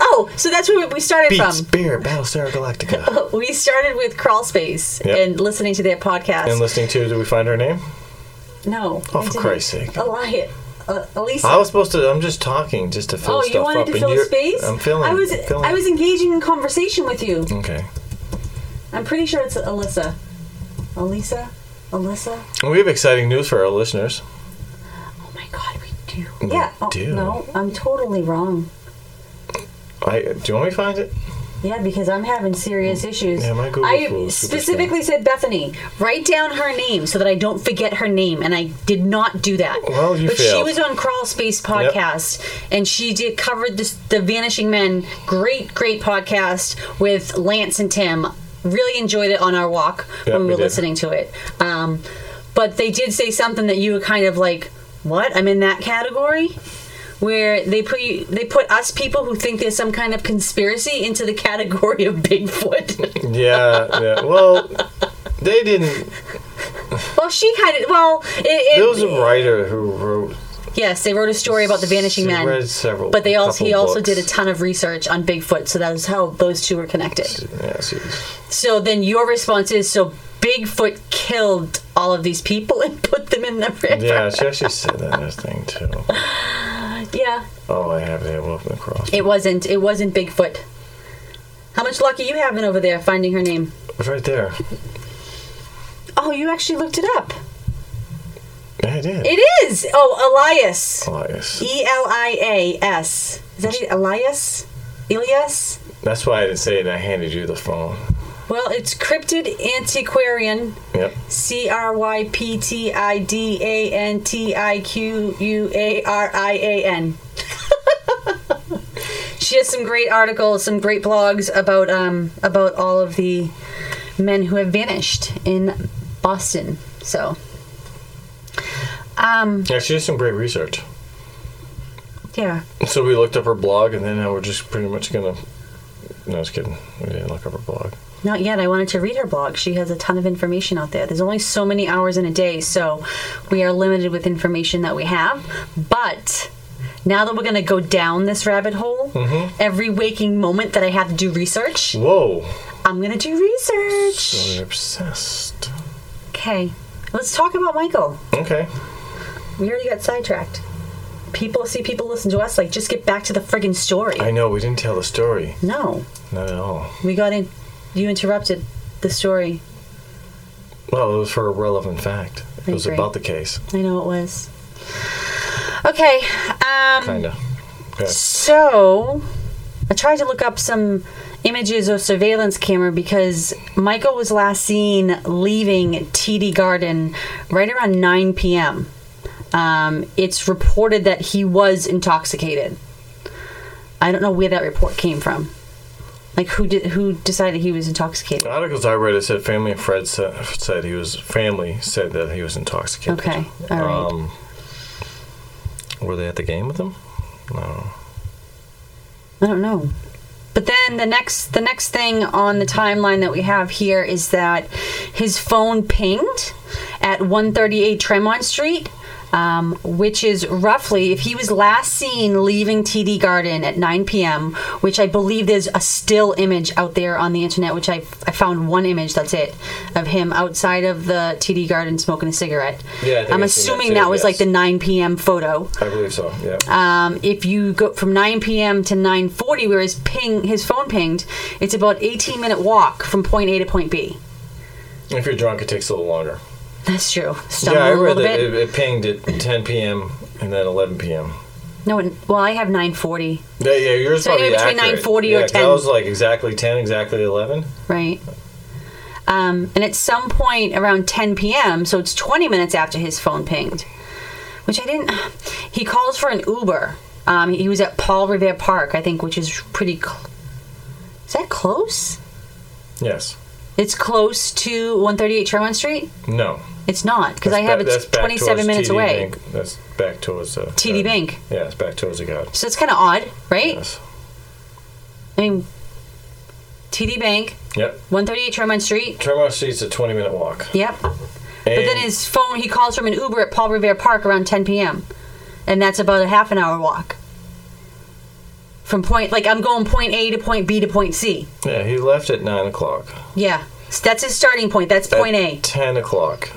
Speaker 6: oh so that's where we started
Speaker 5: Beats,
Speaker 6: from Oh.
Speaker 5: Beer, Battlestar Galactica,
Speaker 6: we started with crawl space
Speaker 5: Yep.
Speaker 6: and listening to their podcast
Speaker 5: and listening to. Did we find her name?
Speaker 6: No.
Speaker 5: Oh, for
Speaker 6: I didn't.
Speaker 5: Christ's sake.
Speaker 6: Eli- uh, Elisa.
Speaker 5: I was supposed to. I'm just talking, just to fill
Speaker 6: oh,
Speaker 5: stuff
Speaker 6: you wanted
Speaker 5: up.
Speaker 6: to
Speaker 5: and
Speaker 6: fill
Speaker 5: you're-
Speaker 6: space?
Speaker 5: I'm filling.
Speaker 6: I was
Speaker 5: filling.
Speaker 6: I was engaging in conversation with you.
Speaker 5: Okay.
Speaker 6: I'm pretty sure it's Alyssa. Elisa? Alyssa?
Speaker 5: And We have exciting news for our listeners.
Speaker 6: Oh my god, we do. yeah. Oh,
Speaker 5: do.
Speaker 6: No, I'm totally wrong.
Speaker 5: I do you want me to find it?
Speaker 6: Yeah, because I'm having serious issues.
Speaker 5: Mm. Yeah, my Google
Speaker 6: I
Speaker 5: Fool is super
Speaker 6: specifically said Bethany. Write down her name so that I don't forget her name, and I did not do that.
Speaker 5: Well, you
Speaker 6: but she
Speaker 5: failed.
Speaker 6: was on Crawl Space podcast, and she did covered this, the Vanishing Men. Great, great podcast with Lance and Tim. Really enjoyed it on our walk
Speaker 5: Yeah,
Speaker 6: when we
Speaker 5: we
Speaker 6: were
Speaker 5: did.
Speaker 6: listening to it. Um, but they did say something that you were kind of like, "What? I'm in that category." where they put you, they put us people who think there's some kind of conspiracy into the category of Bigfoot.
Speaker 5: Yeah. yeah. Well, they didn't.
Speaker 6: well, she kind of well, it, it,
Speaker 5: There was a writer who wrote.
Speaker 6: yes, they wrote a story about the Vanishing
Speaker 5: She
Speaker 6: Man,
Speaker 5: read several-
Speaker 6: but they also he
Speaker 5: couple
Speaker 6: also did a
Speaker 5: books.
Speaker 6: ton of research on Bigfoot, so that is how those two were connected.
Speaker 5: Yeah, she's-
Speaker 6: So then your response is so Bigfoot killed all of these people and put them in the river.
Speaker 5: yeah, she actually said that in her thing too.
Speaker 6: yeah
Speaker 5: Oh, I have it. I will open across.
Speaker 6: it wasn't it wasn't Bigfoot. How much luck are you having over there finding her name?
Speaker 5: It's right there.
Speaker 6: Oh, you actually looked it up.
Speaker 5: Yeah, I did.
Speaker 6: It is. Oh, Elias.
Speaker 5: Elias.
Speaker 6: E L I A S. Is that it? Elias? Elias?
Speaker 5: That's why I didn't say it. I handed you the phone.
Speaker 6: Well, it's cryptid antiquarian.
Speaker 5: Yep.
Speaker 6: C R Y P T I D A N T I Q U A R I A N. She has some great articles, some great blogs about um, about all of the men who have vanished in Boston. So, um,
Speaker 5: Yeah, she did some great research.
Speaker 6: yeah.
Speaker 5: So we looked up her blog, and then now we're just pretty much gonna. No, I was kidding. We didn't look up her blog.
Speaker 6: Not yet. I wanted to read her blog. She has a ton of information out there. There's only so many hours in a day, so we are limited with information that we have. But now that we're going to go down this rabbit hole, every waking moment that I have to do research,
Speaker 5: Whoa.
Speaker 6: I'm going to do research.
Speaker 5: So we're obsessed.
Speaker 6: Okay, let's talk about Michael.
Speaker 5: Okay.
Speaker 6: We already got sidetracked. People see people listen to us like just get back to the friggin' story.
Speaker 5: I know we didn't tell the story.
Speaker 6: no,
Speaker 5: Not at all.
Speaker 6: we got in. You interrupted the story.
Speaker 5: Well, it was for a relevant fact. It was
Speaker 6: agree.
Speaker 5: about the case,
Speaker 6: I know it was. Okay. Um,
Speaker 5: kinda. Okay.
Speaker 6: So, I tried to look up some images of surveillance camera because Michael was last seen leaving TD Garden right around 9 p.m. Um, it's reported that he was intoxicated. I don't know where that report came from. Like who did who decided he was intoxicated?
Speaker 5: The articles I read, it said family and Fred said, said he was family said that he was intoxicated.
Speaker 6: Okay, all right.
Speaker 5: Um, were they at the game with him? No.
Speaker 6: I don't know. But then the next the next thing on the timeline that we have here is that His phone pinged at 138 Tremont Street, um, which is roughly if he was last seen leaving TD Garden at 9 p.m., which I believe there's a still image out there on the internet, which I, I found one image, that's it, of him outside of the TD Garden smoking a cigarette.
Speaker 5: Yeah, I think
Speaker 6: I'm
Speaker 5: I've seen that
Speaker 6: assuming
Speaker 5: too,
Speaker 6: that, was like
Speaker 5: yes.
Speaker 6: the 9 p.m. photo.
Speaker 5: I believe so. Yeah.
Speaker 6: Um, if you go from 9 p.m. to 9:40, where his ping, his phone pinged, it's about 18 minute walk from point A to point B.
Speaker 5: if you're drunk, it takes a little longer.
Speaker 6: That's true. Stumble
Speaker 5: Yeah, I
Speaker 6: a little
Speaker 5: read that
Speaker 6: bit.
Speaker 5: it, it pinged at 10 p.m. and then 11 p.m.
Speaker 6: no, it- well, I have 9:40,
Speaker 5: Yeah, yeah, yours
Speaker 6: So
Speaker 5: probably
Speaker 6: anywhere between
Speaker 5: accurate.
Speaker 6: 9:40 or
Speaker 5: yeah, 'cause
Speaker 6: 10.
Speaker 5: I was like exactly 10, exactly 11.
Speaker 6: right? Um, and at some point around 10 p.m., so it's 20 minutes after his phone pinged, which I didn't. He calls for an Uber. Um, he was at Paul Revere Park, I think, which is pretty. Cl- is that close?
Speaker 5: Yes.
Speaker 6: It's close to 138 Sherman Street.
Speaker 5: No.
Speaker 6: It's not because I
Speaker 5: That's
Speaker 6: have
Speaker 5: ba-
Speaker 6: it's
Speaker 5: that's back
Speaker 6: 27
Speaker 5: towards
Speaker 6: minutes
Speaker 5: TD
Speaker 6: away.
Speaker 5: Bank. That's back towards uh,
Speaker 6: TD
Speaker 5: God.
Speaker 6: Bank.
Speaker 5: Yeah, it's back towards the God.
Speaker 6: So it's kind of odd, right?
Speaker 5: Yes.
Speaker 6: I mean, TD Bank,
Speaker 5: Yep.
Speaker 6: 138 Tremont Street.
Speaker 5: Tremont Street's a 20 minute walk.
Speaker 6: Yep. But then
Speaker 5: And-
Speaker 6: his phone, he calls from an Uber at Paul Revere Park around 10 p.m. And that's about a half an hour walk. From point, like I'm going point A to point B to point C.
Speaker 5: Yeah, he left at 9 o'clock.
Speaker 6: Yeah. So that's his starting point. That's point
Speaker 5: at
Speaker 6: A.
Speaker 5: 10 o'clock,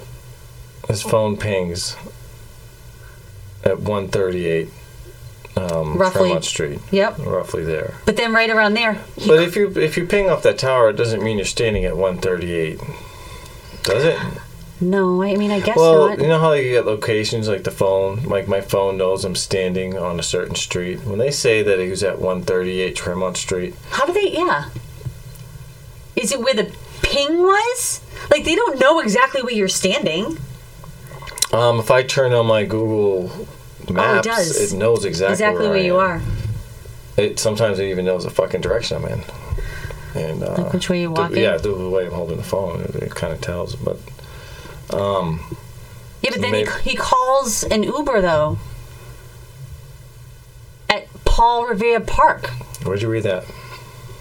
Speaker 5: his phone pings at 138 um,
Speaker 6: Roughly.
Speaker 5: Tremont Street.
Speaker 6: Yep.
Speaker 5: Roughly there.
Speaker 6: But then right around there, he,
Speaker 5: But if you if you ping off that tower, it doesn't mean you're standing at 138. Does it?
Speaker 6: no, I mean, I guess
Speaker 5: Well,
Speaker 6: not.
Speaker 5: you know how you get locations like the phone? Like my phone knows I'm standing on a certain street. When they say that he was at 138 Tremont Street,
Speaker 6: How do they? Yeah. Is it where the ping was? Like they don't know exactly where you're standing.
Speaker 5: um, if I turn on my Google Maps,
Speaker 6: Oh, does.
Speaker 5: it, knows exactly,
Speaker 6: Exactly where,
Speaker 5: I
Speaker 6: you
Speaker 5: am.
Speaker 6: are.
Speaker 5: It sometimes it even knows the fucking direction I'm in. And uh,
Speaker 6: Like which way you're
Speaker 5: the-
Speaker 6: walking?
Speaker 5: yeah, the way I'm holding the phone, it, it kind of tells. But
Speaker 6: Yeah, but then
Speaker 5: Maybe-
Speaker 6: he, he calls an Uber though. At Paul Revere Park,
Speaker 5: where'd you read that?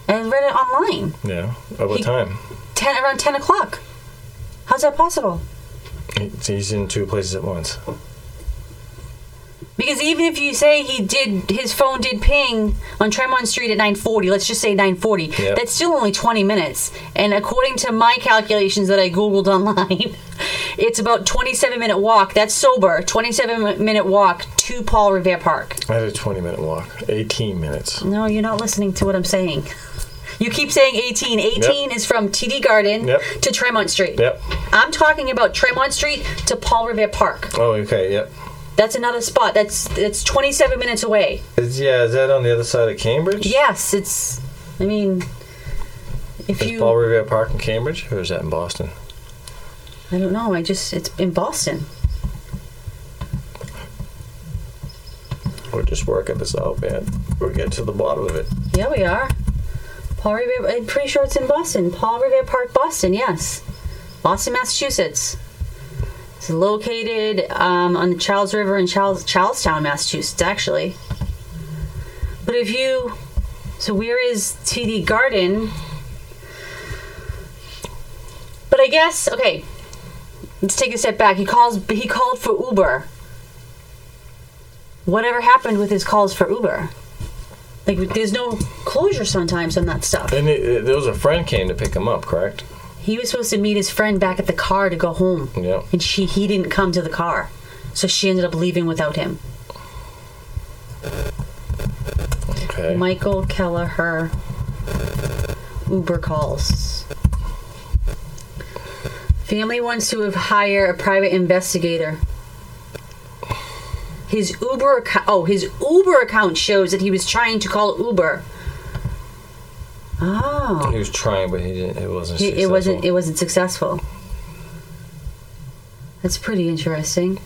Speaker 6: and I read it online.
Speaker 5: Yeah, at what
Speaker 6: He-
Speaker 5: time?
Speaker 6: Ten around ten o'clock. How's that possible?
Speaker 5: He- He's in two places at once.
Speaker 6: Because even if you say he did, his phone did ping on Tremont Street at 9:40. Let's just say 9:40.
Speaker 5: Yep.
Speaker 6: That's still only 20 minutes, and according to my calculations that I googled online, it's about 27 minute walk. That's sober. 27 mi- minute walk to Paul Revere Park.
Speaker 5: I had a 20 minute walk, 18 minutes.
Speaker 6: No, you're not listening to what I'm saying. You keep saying 18. 18 is from TD Garden
Speaker 5: Yep.
Speaker 6: to Tremont Street.
Speaker 5: Yep.
Speaker 6: I'm talking about Tremont Street to Paul Revere Park.
Speaker 5: Oh, okay, yep.
Speaker 6: That's another spot. That's that's 27 minutes away.
Speaker 5: Is, yeah, is that on the other side of Cambridge?
Speaker 6: Yes, it's. I mean, if
Speaker 5: Is
Speaker 6: you,
Speaker 5: Paul Revere Park in Cambridge, or is that in Boston?
Speaker 6: I don't know. I just it's in Boston.
Speaker 5: We're just working this out, man. We're getting to the bottom of it.
Speaker 6: Yeah, we are. Paul Revere. I'm pretty sure it's in Boston. Paul Revere Park, Boston. Yes, Boston, Massachusetts. It's located um, on the Charles River in Charles, Charlestown, Massachusetts, actually. But if you, so where is TD Garden? But I guess okay. Let's take a step back. He calls. He called for Uber. Whatever happened with his calls for Uber? Like, there's no closure sometimes on that stuff.
Speaker 5: And it, it- there was a friend came to pick him up, correct?
Speaker 6: He was supposed to meet his friend back at the car to go home,
Speaker 5: Yep.
Speaker 6: and she he didn't come to the car, so she ended up leaving without him.
Speaker 5: Okay.
Speaker 6: Michael Kelleher Uber calls. Family wants to hire a private investigator. His Uber account, oh, his Uber account shows that he was trying to call Uber. Oh.
Speaker 5: he was trying, but he didn't. It wasn't.
Speaker 6: it, it
Speaker 5: successful.
Speaker 6: wasn't it wasn't successful that's pretty interesting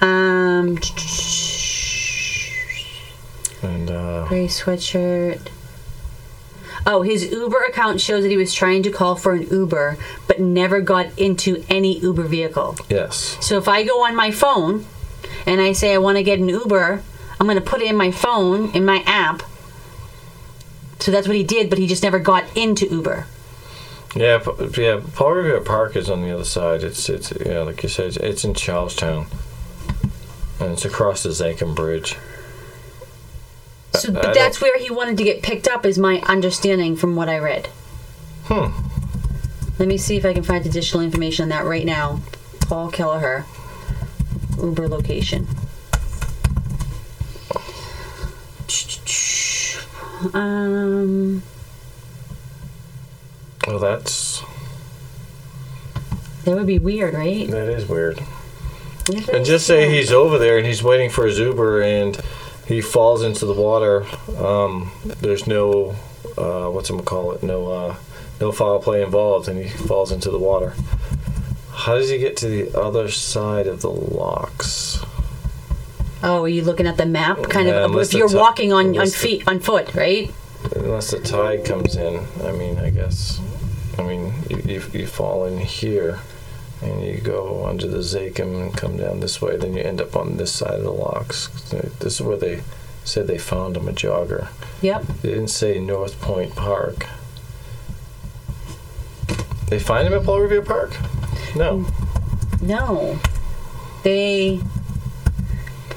Speaker 6: um
Speaker 5: And uh,
Speaker 6: gray sweatshirt oh his uber account shows that he was trying to call for an uber but never got into any uber vehicle
Speaker 5: yes,
Speaker 6: so if i go on my phone and i say i want to get an uber i'm going to put it in my phone in my app so that's what he did but he just never got into uber
Speaker 5: Yeah, p- yeah. Paul Revere Park is on the other side. It's it's yeah, like you said, it's, it's in Charlestown, and it's across the Zankum Bridge.
Speaker 7: So,
Speaker 5: I
Speaker 7: but that's where he wanted to get picked up, is my understanding from what I read.
Speaker 5: Hmm.
Speaker 7: Let me see if I can find additional information on that right now. Paul Kelleher, Uber location. Um,
Speaker 5: Well, that's
Speaker 7: that would be weird, right?
Speaker 5: that is weird. And just say he's over there and he's waiting for his Uber and he falls into the water. Um, there's no uh, what's him call it? No uh, no foul play involved, and he falls into the water. How does he get to the other side of the locks?
Speaker 7: Oh, are you looking at the map? Kind
Speaker 5: Yeah,
Speaker 7: of.
Speaker 5: unless
Speaker 7: If you're
Speaker 5: the ti-
Speaker 7: walking on, on
Speaker 5: unless the-
Speaker 7: feet on foot, right?
Speaker 5: Unless the tide comes in, I mean, I guess, I mean, you, you, you fall in here, and you go under the Zakum and come down this way, then you end up on this side of the locks. This is where they said they found him a jogger.
Speaker 7: Yep.
Speaker 5: They didn't say North Point Park. They find him at Paul Revere Park? No.
Speaker 7: No. They.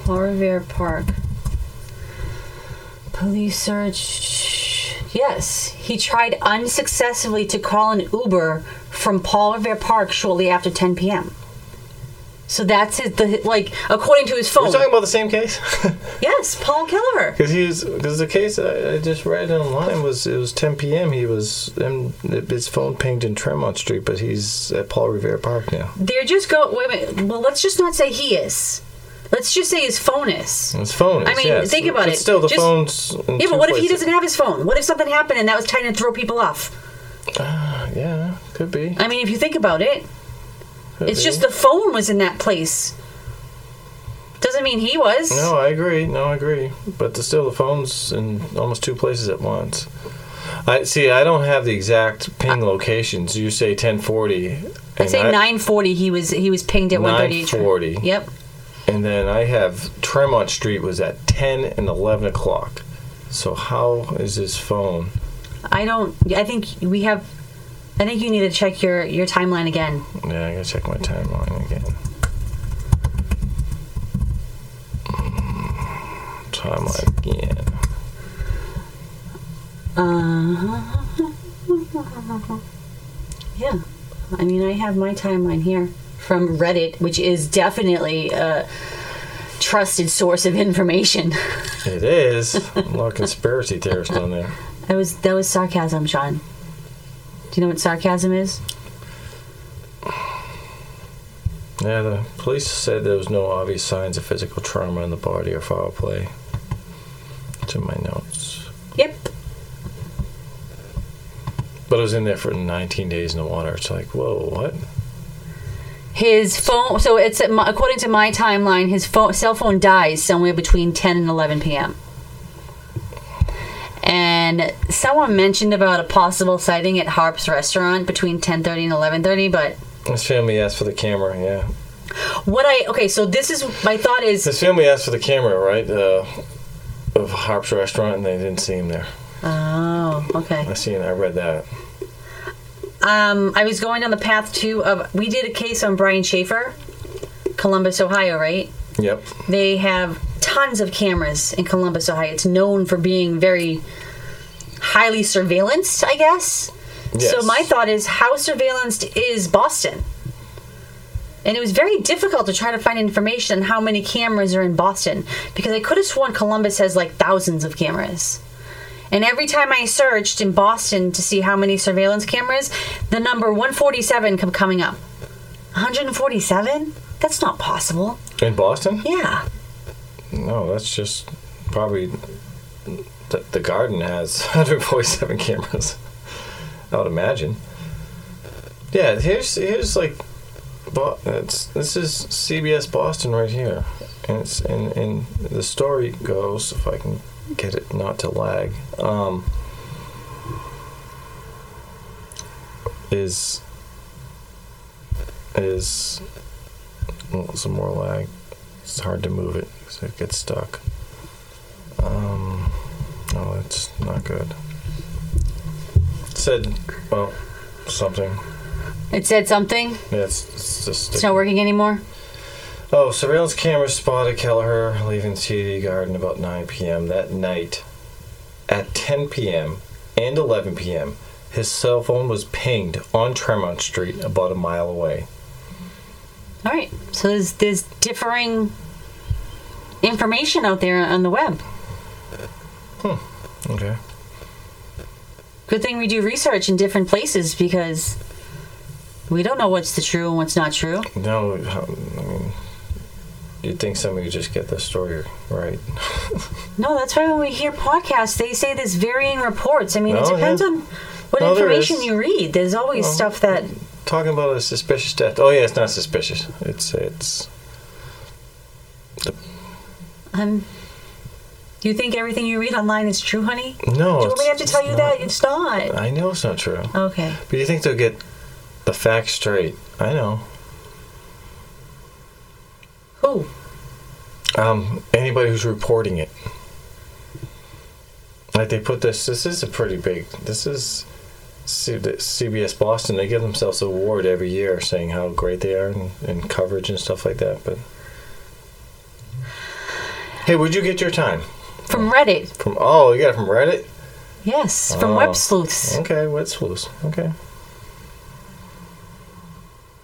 Speaker 7: Paul Revere Park. Police search. Yes. He tried unsuccessfully to call an Uber from Paul Revere Park shortly after 10 p.m. So that's his, the, like, according to his
Speaker 5: We're
Speaker 7: phone.
Speaker 5: talking about the same case?
Speaker 7: yes, Paul Kelleher.
Speaker 5: Because he was, because the case that I, I just read online was it was 10 p.m. He was in, his phone pinged in Tremont Street, but he's at Paul Revere Park now.
Speaker 7: They're just go. Wait a minute. Well, let's just not say he is. Let's just say his phone is.
Speaker 5: His phone. Is,
Speaker 7: I mean,
Speaker 5: yes.
Speaker 7: think about
Speaker 5: But
Speaker 7: it.
Speaker 5: Still, the
Speaker 7: Just-
Speaker 5: phone's. in
Speaker 7: Yeah,
Speaker 5: two
Speaker 7: but what if he
Speaker 5: places.
Speaker 7: doesn't have his phone? What if something happened and that was trying to throw people off?
Speaker 5: Ah, Yeah, could be.
Speaker 7: I mean, if you think about it,
Speaker 5: could
Speaker 7: it's
Speaker 5: be.
Speaker 7: just the phone was in that place. Doesn't mean he was.
Speaker 5: No, I agree. No, I agree. But the, still, the phone's in almost two places at once. I see. I don't have the exact ping locations. You say 1040.
Speaker 7: I say 9:40. He was he was pinged at 1:30.
Speaker 5: 9:40.
Speaker 7: Yep.
Speaker 5: And then I have Tremont Street was at 10 and 11 o'clock. So how is his phone?
Speaker 7: I don't. I think we have. I think you need to check your your timeline again.
Speaker 5: Yeah, I gotta check my timeline again. Mm, Timeline again.
Speaker 7: Uh, yeah. I mean, I have my timeline here from Reddit, which is definitely a trusted source of information.
Speaker 5: It is. A lot of conspiracy theorists on there.
Speaker 7: That was that was sarcasm, Sean. Do you know what sarcasm is?
Speaker 5: Yeah, the police said there was no obvious signs of physical trauma in the body or foul play. It's in my notes.
Speaker 7: Yep.
Speaker 5: But it was in there for 19 days in the water. It's like, whoa, what?
Speaker 7: His phone. So it's at my, according to my timeline, his phone, cell phone dies somewhere between 10 and 11 p.m. And someone mentioned about a possible sighting at Harp's restaurant between 10:30 and 11:30, but
Speaker 5: His family asked for the camera, yeah.
Speaker 7: What I okay, so this is my thought is
Speaker 5: His family asked for the camera, right? Uh, of Harp's restaurant, and they didn't see him there.
Speaker 7: oh okay.
Speaker 5: I seen, I read that.
Speaker 7: Um, I was going down the path too of we did a case on Brian Schaefer, Columbus, Ohio, right?
Speaker 5: Yep.
Speaker 7: They have tons of cameras in Columbus, Ohio. It's known for being very highly surveillanced, I guess. So
Speaker 5: Yes.
Speaker 7: my thought is how surveillanced is Boston? And it was very difficult to try to find information on how many cameras are in Boston because I could have sworn Columbus has like thousands of cameras. And every time I searched in Boston to see how many surveillance cameras, the number 147 kept coming up. 147? That's not possible.
Speaker 5: In Boston?
Speaker 7: Yeah.
Speaker 5: No, that's just probably the, the garden has 147 cameras. I would imagine. Yeah, here's here's like, Bo- it's, this is CBS Boston right here, and it's and, and the story goes if I can get it not to lag. Um, is is well, some more lag. It's hard to move it because it gets stuck. Um, oh, that's not good. It said, well, something.
Speaker 7: It said something.
Speaker 5: Yeah, it's, it's just.
Speaker 7: It's not working anymore.
Speaker 5: Oh, surveillance camera spotted Kelleher leaving TD Garden about 9 p.m. that night. At 10 p.m. and 11 p.m., his cell phone was pinged on Tremont Street about a mile away.
Speaker 7: All right. So there's there's differing information out there on the web.
Speaker 5: Okay.
Speaker 7: Good thing we do research in different places because we don't know what's the true and what's not true.
Speaker 5: No, um, I mean, you'd think somebody would just get the story right.
Speaker 7: No, that's why when we hear podcasts, they say there's varying reports. I mean, it
Speaker 5: Oh,
Speaker 7: depends
Speaker 5: yeah.
Speaker 7: on what
Speaker 5: No, there
Speaker 7: information
Speaker 5: is.
Speaker 7: you read. There's always
Speaker 5: Well,
Speaker 7: stuff that
Speaker 5: Talking about a suspicious death. Oh, yeah, it's not suspicious. It's, it's,
Speaker 7: um. Do you think everything you read online is true, honey?
Speaker 5: no.
Speaker 7: do you want
Speaker 5: it's-
Speaker 7: me to have to
Speaker 5: it's
Speaker 7: tell you
Speaker 5: not- Uh.
Speaker 7: that it's not?
Speaker 5: I know it's not true.
Speaker 7: Okay.
Speaker 5: But you think they'll get the facts straight? I know.
Speaker 7: Who?
Speaker 5: Um, anybody who's reporting it. Like they put this. This is a pretty big. This is C- the CBS Boston. They give themselves an award every year, saying how great they are in, in coverage and stuff like that. But hey, where'd you get your time
Speaker 7: From Reddit?
Speaker 5: from? Oh, you got it from Reddit.
Speaker 7: Yes, from
Speaker 5: Oh.
Speaker 7: Web Sleuths.
Speaker 5: Okay, wet sleuths. Okay.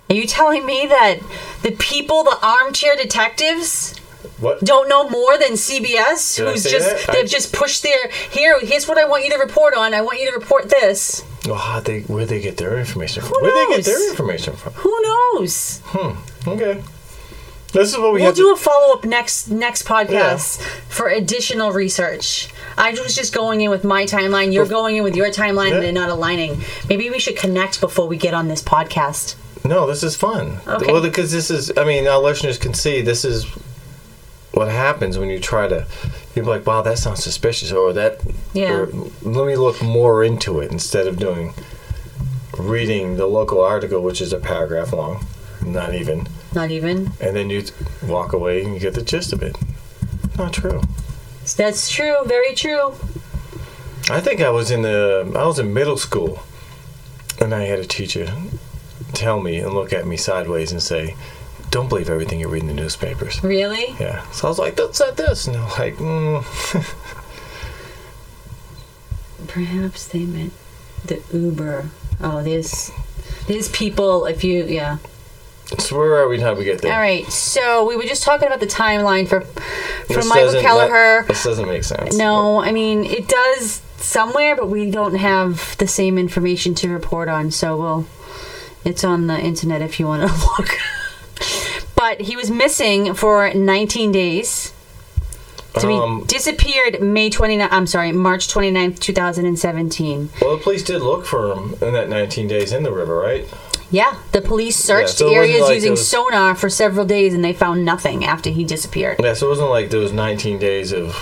Speaker 7: Are you telling me that the people, the armchair detectives,
Speaker 5: What?
Speaker 7: don't know more than CBS,
Speaker 5: Did I
Speaker 7: who's
Speaker 5: say
Speaker 7: just
Speaker 5: that? I-
Speaker 7: they've just pushed their here. Here's what I want you to report on. I want you to report this.
Speaker 5: Well, how they where they get their information from?
Speaker 7: Who
Speaker 5: Where they get
Speaker 7: knows?
Speaker 5: their information from?
Speaker 7: Who knows?
Speaker 5: Okay. This is what we
Speaker 7: We will
Speaker 5: have.
Speaker 7: do
Speaker 5: To,
Speaker 7: a follow up next next podcast for additional research. I was just going in with my timeline. You're going in with your timeline,
Speaker 5: Yeah.
Speaker 7: and they're not aligning. Maybe we should connect before we get on this podcast.
Speaker 5: no, this is fun.
Speaker 7: Okay.
Speaker 5: Well, because this is, I mean, our listeners can see this is what happens when you try to. You're like, wow, that sounds suspicious, or that.
Speaker 7: Yeah.
Speaker 5: Or, let me look more into it instead of doing reading the local article, which is a paragraph long, not even,
Speaker 7: Not even.
Speaker 5: and then you t- walk away and you get the gist of it. Not true.
Speaker 7: That's true. Very true.
Speaker 5: I think I was in the I was in middle school, and I had a teacher tell me and look at me sideways and say, "Don't believe everything you read in the newspapers."
Speaker 7: Really?
Speaker 5: Yeah, so I was like, "That's not this," and I'm like, mm.
Speaker 7: Perhaps they meant the Uber. Oh, there's there's people. If you yeah.
Speaker 5: "So where are we? How we get there?"
Speaker 7: All right. So we were just talking about the timeline for for
Speaker 5: This
Speaker 7: Michael
Speaker 5: doesn't-
Speaker 7: Kelleher.
Speaker 5: that- this doesn't make sense.
Speaker 7: No, I mean it does somewhere, but we don't have the same information to report on. So we'll. It's on the internet if you want to look. but he was missing for 19 days. So he
Speaker 5: Um,
Speaker 7: disappeared May 29. I'm sorry, March 29th, 2017.
Speaker 5: Well, the police did look for him in that 19 days in the river, right?
Speaker 7: Yeah, the police searched
Speaker 5: so it wasn't
Speaker 7: areas
Speaker 5: like
Speaker 7: using
Speaker 5: it was-
Speaker 7: sonar for several days, and they found nothing after he disappeared.
Speaker 5: Yeah, so it wasn't like those 19 days of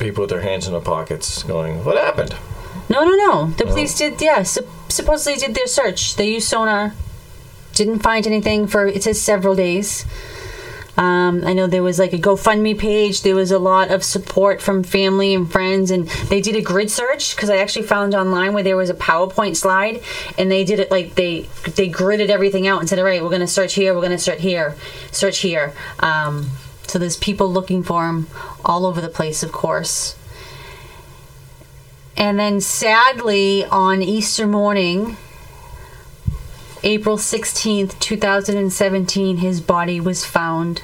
Speaker 5: people with their hands in their pockets going, "What happened?"
Speaker 7: No, no, no. The police did, yeah, sup- supposedly did their search. They used sonar. Didn't find anything for, it says several days. Um, I know there was like a GoFundMe page. There was a lot of support from family and friends, and they did a grid search because I actually found online where there was a PowerPoint slide, and they did it like they they gridded everything out and said, "All right, we're going to search here, we're going to search here, search here." Um, so there's people looking for him all over the place, of course. And then sadly, on Easter morning, April 16th, 2017, his body was found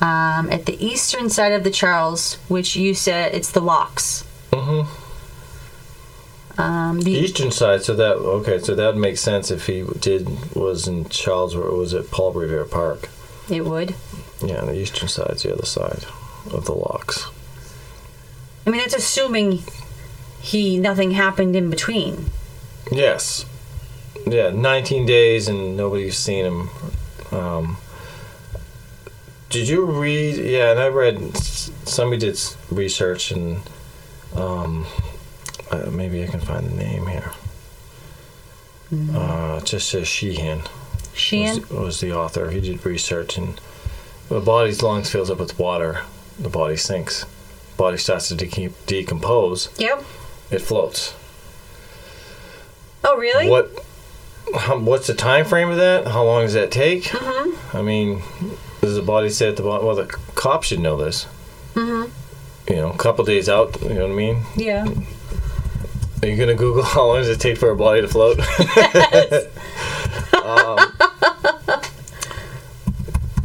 Speaker 7: um, at the eastern side of the Charles, which you said it's the locks. Mm-hmm. Um, the,
Speaker 5: Eastern side, so that okay, so that makes sense if he did was in Charles or was it Paul Revere Park?
Speaker 7: it would.
Speaker 5: Yeah, the eastern side's the other side of the locks.
Speaker 7: I mean, that's assuming he nothing happened in between.
Speaker 5: Yes, yeah, 19 days and nobody's seen him. Um, did you read? Yeah, and I read somebody did s- research and um, uh, maybe I can find the name here. Uh, it just says Sheehan.
Speaker 7: Sheehan?
Speaker 5: was, was the author. He did research, and the body's lungs fills up with water. The body sinks. Body starts to de- decompose.
Speaker 7: Yep.
Speaker 5: It floats.
Speaker 7: Oh, really?
Speaker 5: What? how, what's the time frame of that? How long does that take? I mean, does the body say at the bottom? Well, the cop should know this. You know, a couple days out. You know what I mean?
Speaker 7: Yeah.
Speaker 5: Are you gonna Google how long does it take for a body to float? Um,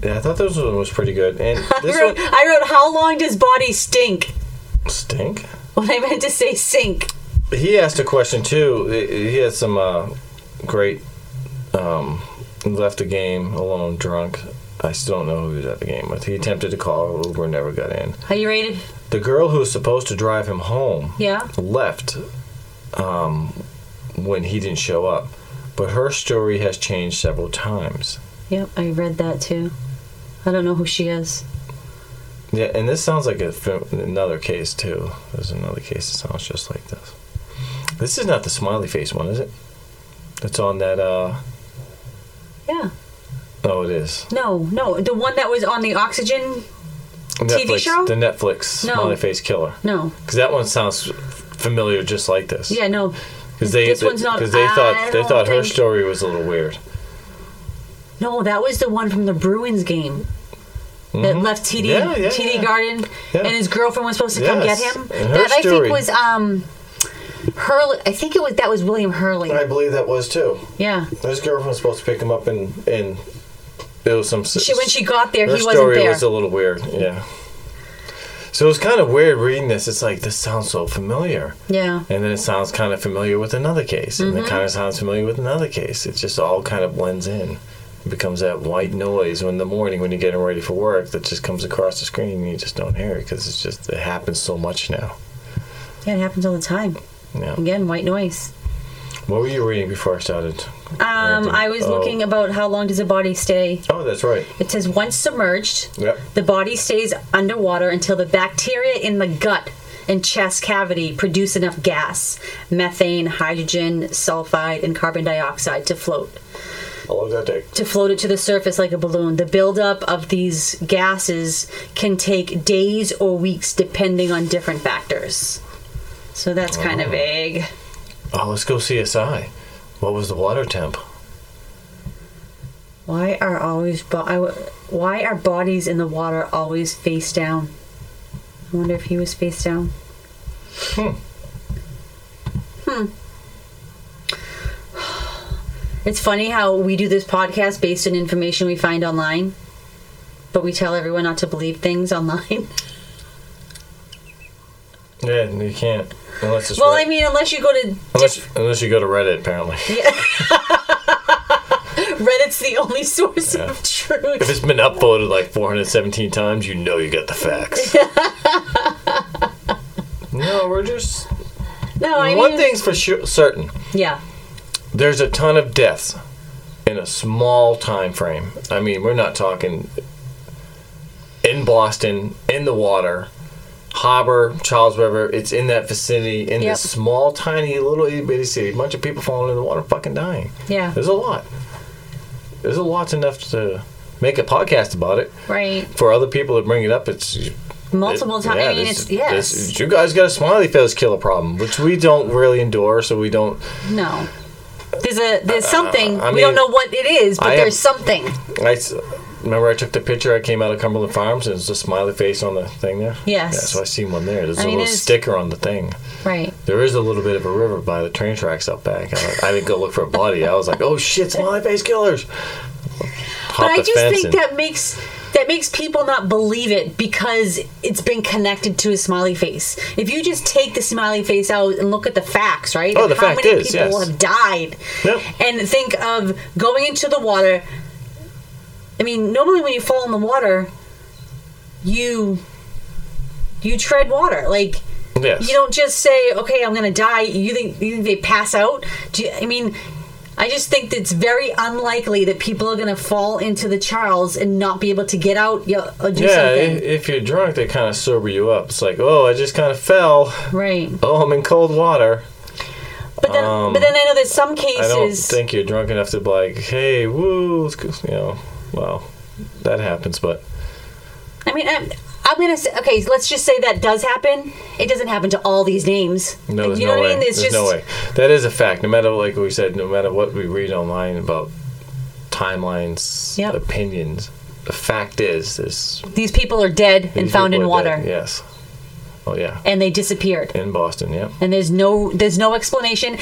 Speaker 5: yeah, I thought this one was pretty good. And this
Speaker 7: I wrote,
Speaker 5: one
Speaker 7: I wrote, how long does body stink?
Speaker 5: stink.
Speaker 7: When I meant to say sink.
Speaker 5: He asked a question too. He he had some uh, great. Um, left the game alone, drunk. I still don't know who was at the game with. He attempted to call Uber, never got in.
Speaker 7: Are you rated?
Speaker 5: The girl who was supposed to drive him home
Speaker 7: Yeah.
Speaker 5: left um, when he didn't show up, but her story has changed several times.
Speaker 7: Yep, I read that too. I don't know who she is.
Speaker 5: Yeah, and this sounds like a, fam- another case too. There's another case that sounds just like this. This is not the smiley face one, is it? That's on that. uh
Speaker 7: Yeah.
Speaker 5: Oh, it is.
Speaker 7: No, no. The one that was on the oxygen? TV
Speaker 5: Netflix,
Speaker 7: show?
Speaker 5: The Netflix
Speaker 7: No.
Speaker 5: smiley face killer.
Speaker 7: No.
Speaker 5: Because that one sounds familiar, just like this.
Speaker 7: Yeah, no.
Speaker 5: Because they,
Speaker 7: This one's not-
Speaker 5: 'cause they
Speaker 7: I
Speaker 5: thought they
Speaker 7: don't
Speaker 5: thought her
Speaker 7: think-
Speaker 5: story was a little weird.
Speaker 7: No, that was the one from the Bruins game. That left TD
Speaker 5: Mm-hmm. Yeah, yeah,
Speaker 7: TD
Speaker 5: yeah.
Speaker 7: Garden,
Speaker 5: Yeah.
Speaker 7: and his girlfriend was supposed to come
Speaker 5: Yes.
Speaker 7: get him.
Speaker 5: And her
Speaker 7: that I
Speaker 5: story-
Speaker 7: think was um, Hurley. I think it was that was William Hurley.
Speaker 5: I believe that was too.
Speaker 7: Yeah,
Speaker 5: His girlfriend was supposed to pick him up, and and it was some.
Speaker 7: she, when she got there,
Speaker 5: her
Speaker 7: he wasn't
Speaker 5: story
Speaker 7: there.
Speaker 5: was a little weird. Yeah. So it was kind of weird reading this. It's like this sounds so familiar,
Speaker 7: yeah,
Speaker 5: and then it sounds kind of familiar with another case,
Speaker 7: Mm-hmm.
Speaker 5: and it kind of sounds familiar with another case. It just all kind of blends in. It becomes that white noise in the morning when you're getting ready for work that just comes across the screen and you just don't hear it because it's just it happens so much now.
Speaker 7: yeah, it happens all the time.
Speaker 5: Yeah.
Speaker 7: Again, white noise.
Speaker 5: What were you reading before I started?
Speaker 7: Um, I was
Speaker 5: Oh.
Speaker 7: looking about how long does a body stay.
Speaker 5: Oh, that's right.
Speaker 7: It says once submerged,
Speaker 5: Yep.
Speaker 7: the body stays underwater until the bacteria in the gut and chest cavity produce enough gas, methane, hydrogen, sulfide, and carbon dioxide to float.
Speaker 5: I love that day.
Speaker 7: to float it to the surface like a balloon. The buildup of these gases can take days or weeks depending on different factors. So that's kind of vague.
Speaker 5: Oh, let's go CSI. What was the water temp?
Speaker 7: Why are always bo- I w- why are bodies in the water always face down? I wonder if he was face down. Hmm. Hmm. It's funny how we do this podcast based on information we find online, but we tell everyone not to believe things online.
Speaker 5: Yeah, you can't unless it's
Speaker 7: well,
Speaker 5: Reddit.
Speaker 7: I mean, unless you go to
Speaker 5: unless,
Speaker 7: diff-
Speaker 5: unless you go to Reddit, apparently.
Speaker 7: Reddit's the only source
Speaker 5: Yeah.
Speaker 7: of truth.
Speaker 5: If it's been upvoted like 417 times, you know you got the facts. no, we're just
Speaker 7: no, I mean,
Speaker 5: one thing's for sure, certain.
Speaker 7: yeah,
Speaker 5: There's a ton of deaths in a small time frame. I mean, we're not talking in Boston, in the water, harbor, Charles River. It's in that vicinity, in
Speaker 7: Yep.
Speaker 5: this small, tiny, little itty bitty city. A bunch of people falling in the water, fucking dying.
Speaker 7: Yeah.
Speaker 5: there's a lot. There's a lot enough to make a podcast about it.
Speaker 7: right.
Speaker 5: For other people to bring it up, it's
Speaker 7: Multiple
Speaker 5: it-
Speaker 7: times. I mean,
Speaker 5: this-
Speaker 7: it's yes.
Speaker 5: this- you guys got a smiley face killer problem, which we don't really endure, so we don't.
Speaker 7: No. There's a there's something
Speaker 5: Uh, I
Speaker 7: we
Speaker 5: mean,
Speaker 7: don't know what it is, but
Speaker 5: I
Speaker 7: there's
Speaker 5: have-
Speaker 7: something.
Speaker 5: I s- remember I took the picture. I came out of Cumberland Farms, and it's a smiley face on the thing there.
Speaker 7: Yes.
Speaker 5: Yeah, so I seen one there. There's a
Speaker 7: I mean,
Speaker 5: little
Speaker 7: there's-
Speaker 5: sticker on the thing.
Speaker 7: Right.
Speaker 5: There is a little bit of a river by the train tracks out back. I, I didn't go look for a body. I was like, oh shit, smiley face killers.
Speaker 7: But
Speaker 5: Hop
Speaker 7: I
Speaker 5: the
Speaker 7: just
Speaker 5: fence
Speaker 7: think
Speaker 5: and-
Speaker 7: that makes that makes people not believe it because it's been connected to a smiley face. If you just take the smiley face out and look at the facts, right?
Speaker 5: Oh,
Speaker 7: of
Speaker 5: the
Speaker 7: how
Speaker 5: fact
Speaker 7: many
Speaker 5: is,
Speaker 7: people
Speaker 5: yes.
Speaker 7: have died
Speaker 5: Yep.
Speaker 7: and think of going into the water. I mean, normally when you fall in the water, you you tread water. Like
Speaker 5: Yes.
Speaker 7: You don't just say, "Okay, I'm going to die." You think you think they pass out? Do you, I mean, I just think that it's very unlikely that people are going to fall into the Charles and not be able to get out you know, or do
Speaker 5: yeah, i-
Speaker 7: something.
Speaker 5: if you're drunk, they kind of sober you up. It's like, oh, I just kind of fell.
Speaker 7: right.
Speaker 5: Oh, I'm in cold water.
Speaker 7: But then, but then I know there's some
Speaker 5: Um, I don't
Speaker 7: cases.
Speaker 5: think you're drunk enough to be like, hey, woo, let's go," you know, well, that happens, but
Speaker 7: I mean, I, I'm gonna say okay. Let's just say that does happen. It doesn't happen to all these names.
Speaker 5: No, there's
Speaker 7: you
Speaker 5: no
Speaker 7: know what
Speaker 5: way.
Speaker 7: I mean? It's
Speaker 5: there's
Speaker 7: just
Speaker 5: no way. That is a fact. No matter, like we said, no matter what we read online about timelines,
Speaker 7: Yep.
Speaker 5: opinions, the fact is, there's
Speaker 7: these people are dead and
Speaker 5: these
Speaker 7: found in
Speaker 5: people are
Speaker 7: water,
Speaker 5: dead. Yes. Oh yeah.
Speaker 7: and they disappeared.
Speaker 5: In Boston, yeah.
Speaker 7: And there's no there's no explanation.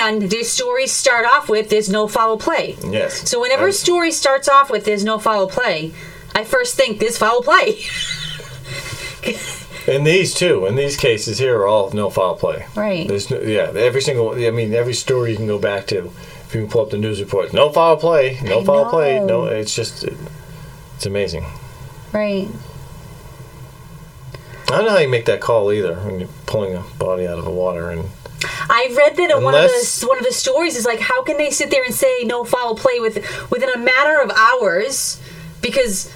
Speaker 7: And the stories start off with there's no foul play.
Speaker 5: Yes.
Speaker 7: So whenever a
Speaker 5: And-
Speaker 7: story starts off with there's no foul play, I first think there's foul play.
Speaker 5: And these too, in these cases here, are all no foul play.
Speaker 7: Right.
Speaker 5: There's no, yeah, every single. I mean, every story you can go back to, if you can pull up the news report, no foul play, no
Speaker 7: I
Speaker 5: foul play, no.
Speaker 7: know.
Speaker 5: It's just, it, it's amazing.
Speaker 7: Right.
Speaker 5: I don't know how you make that call either when you're pulling a body out of the water and
Speaker 7: I read that in one of
Speaker 5: Unless-
Speaker 7: the one of the stories is like, how can they sit there and say no foul play with within a matter of hours? Because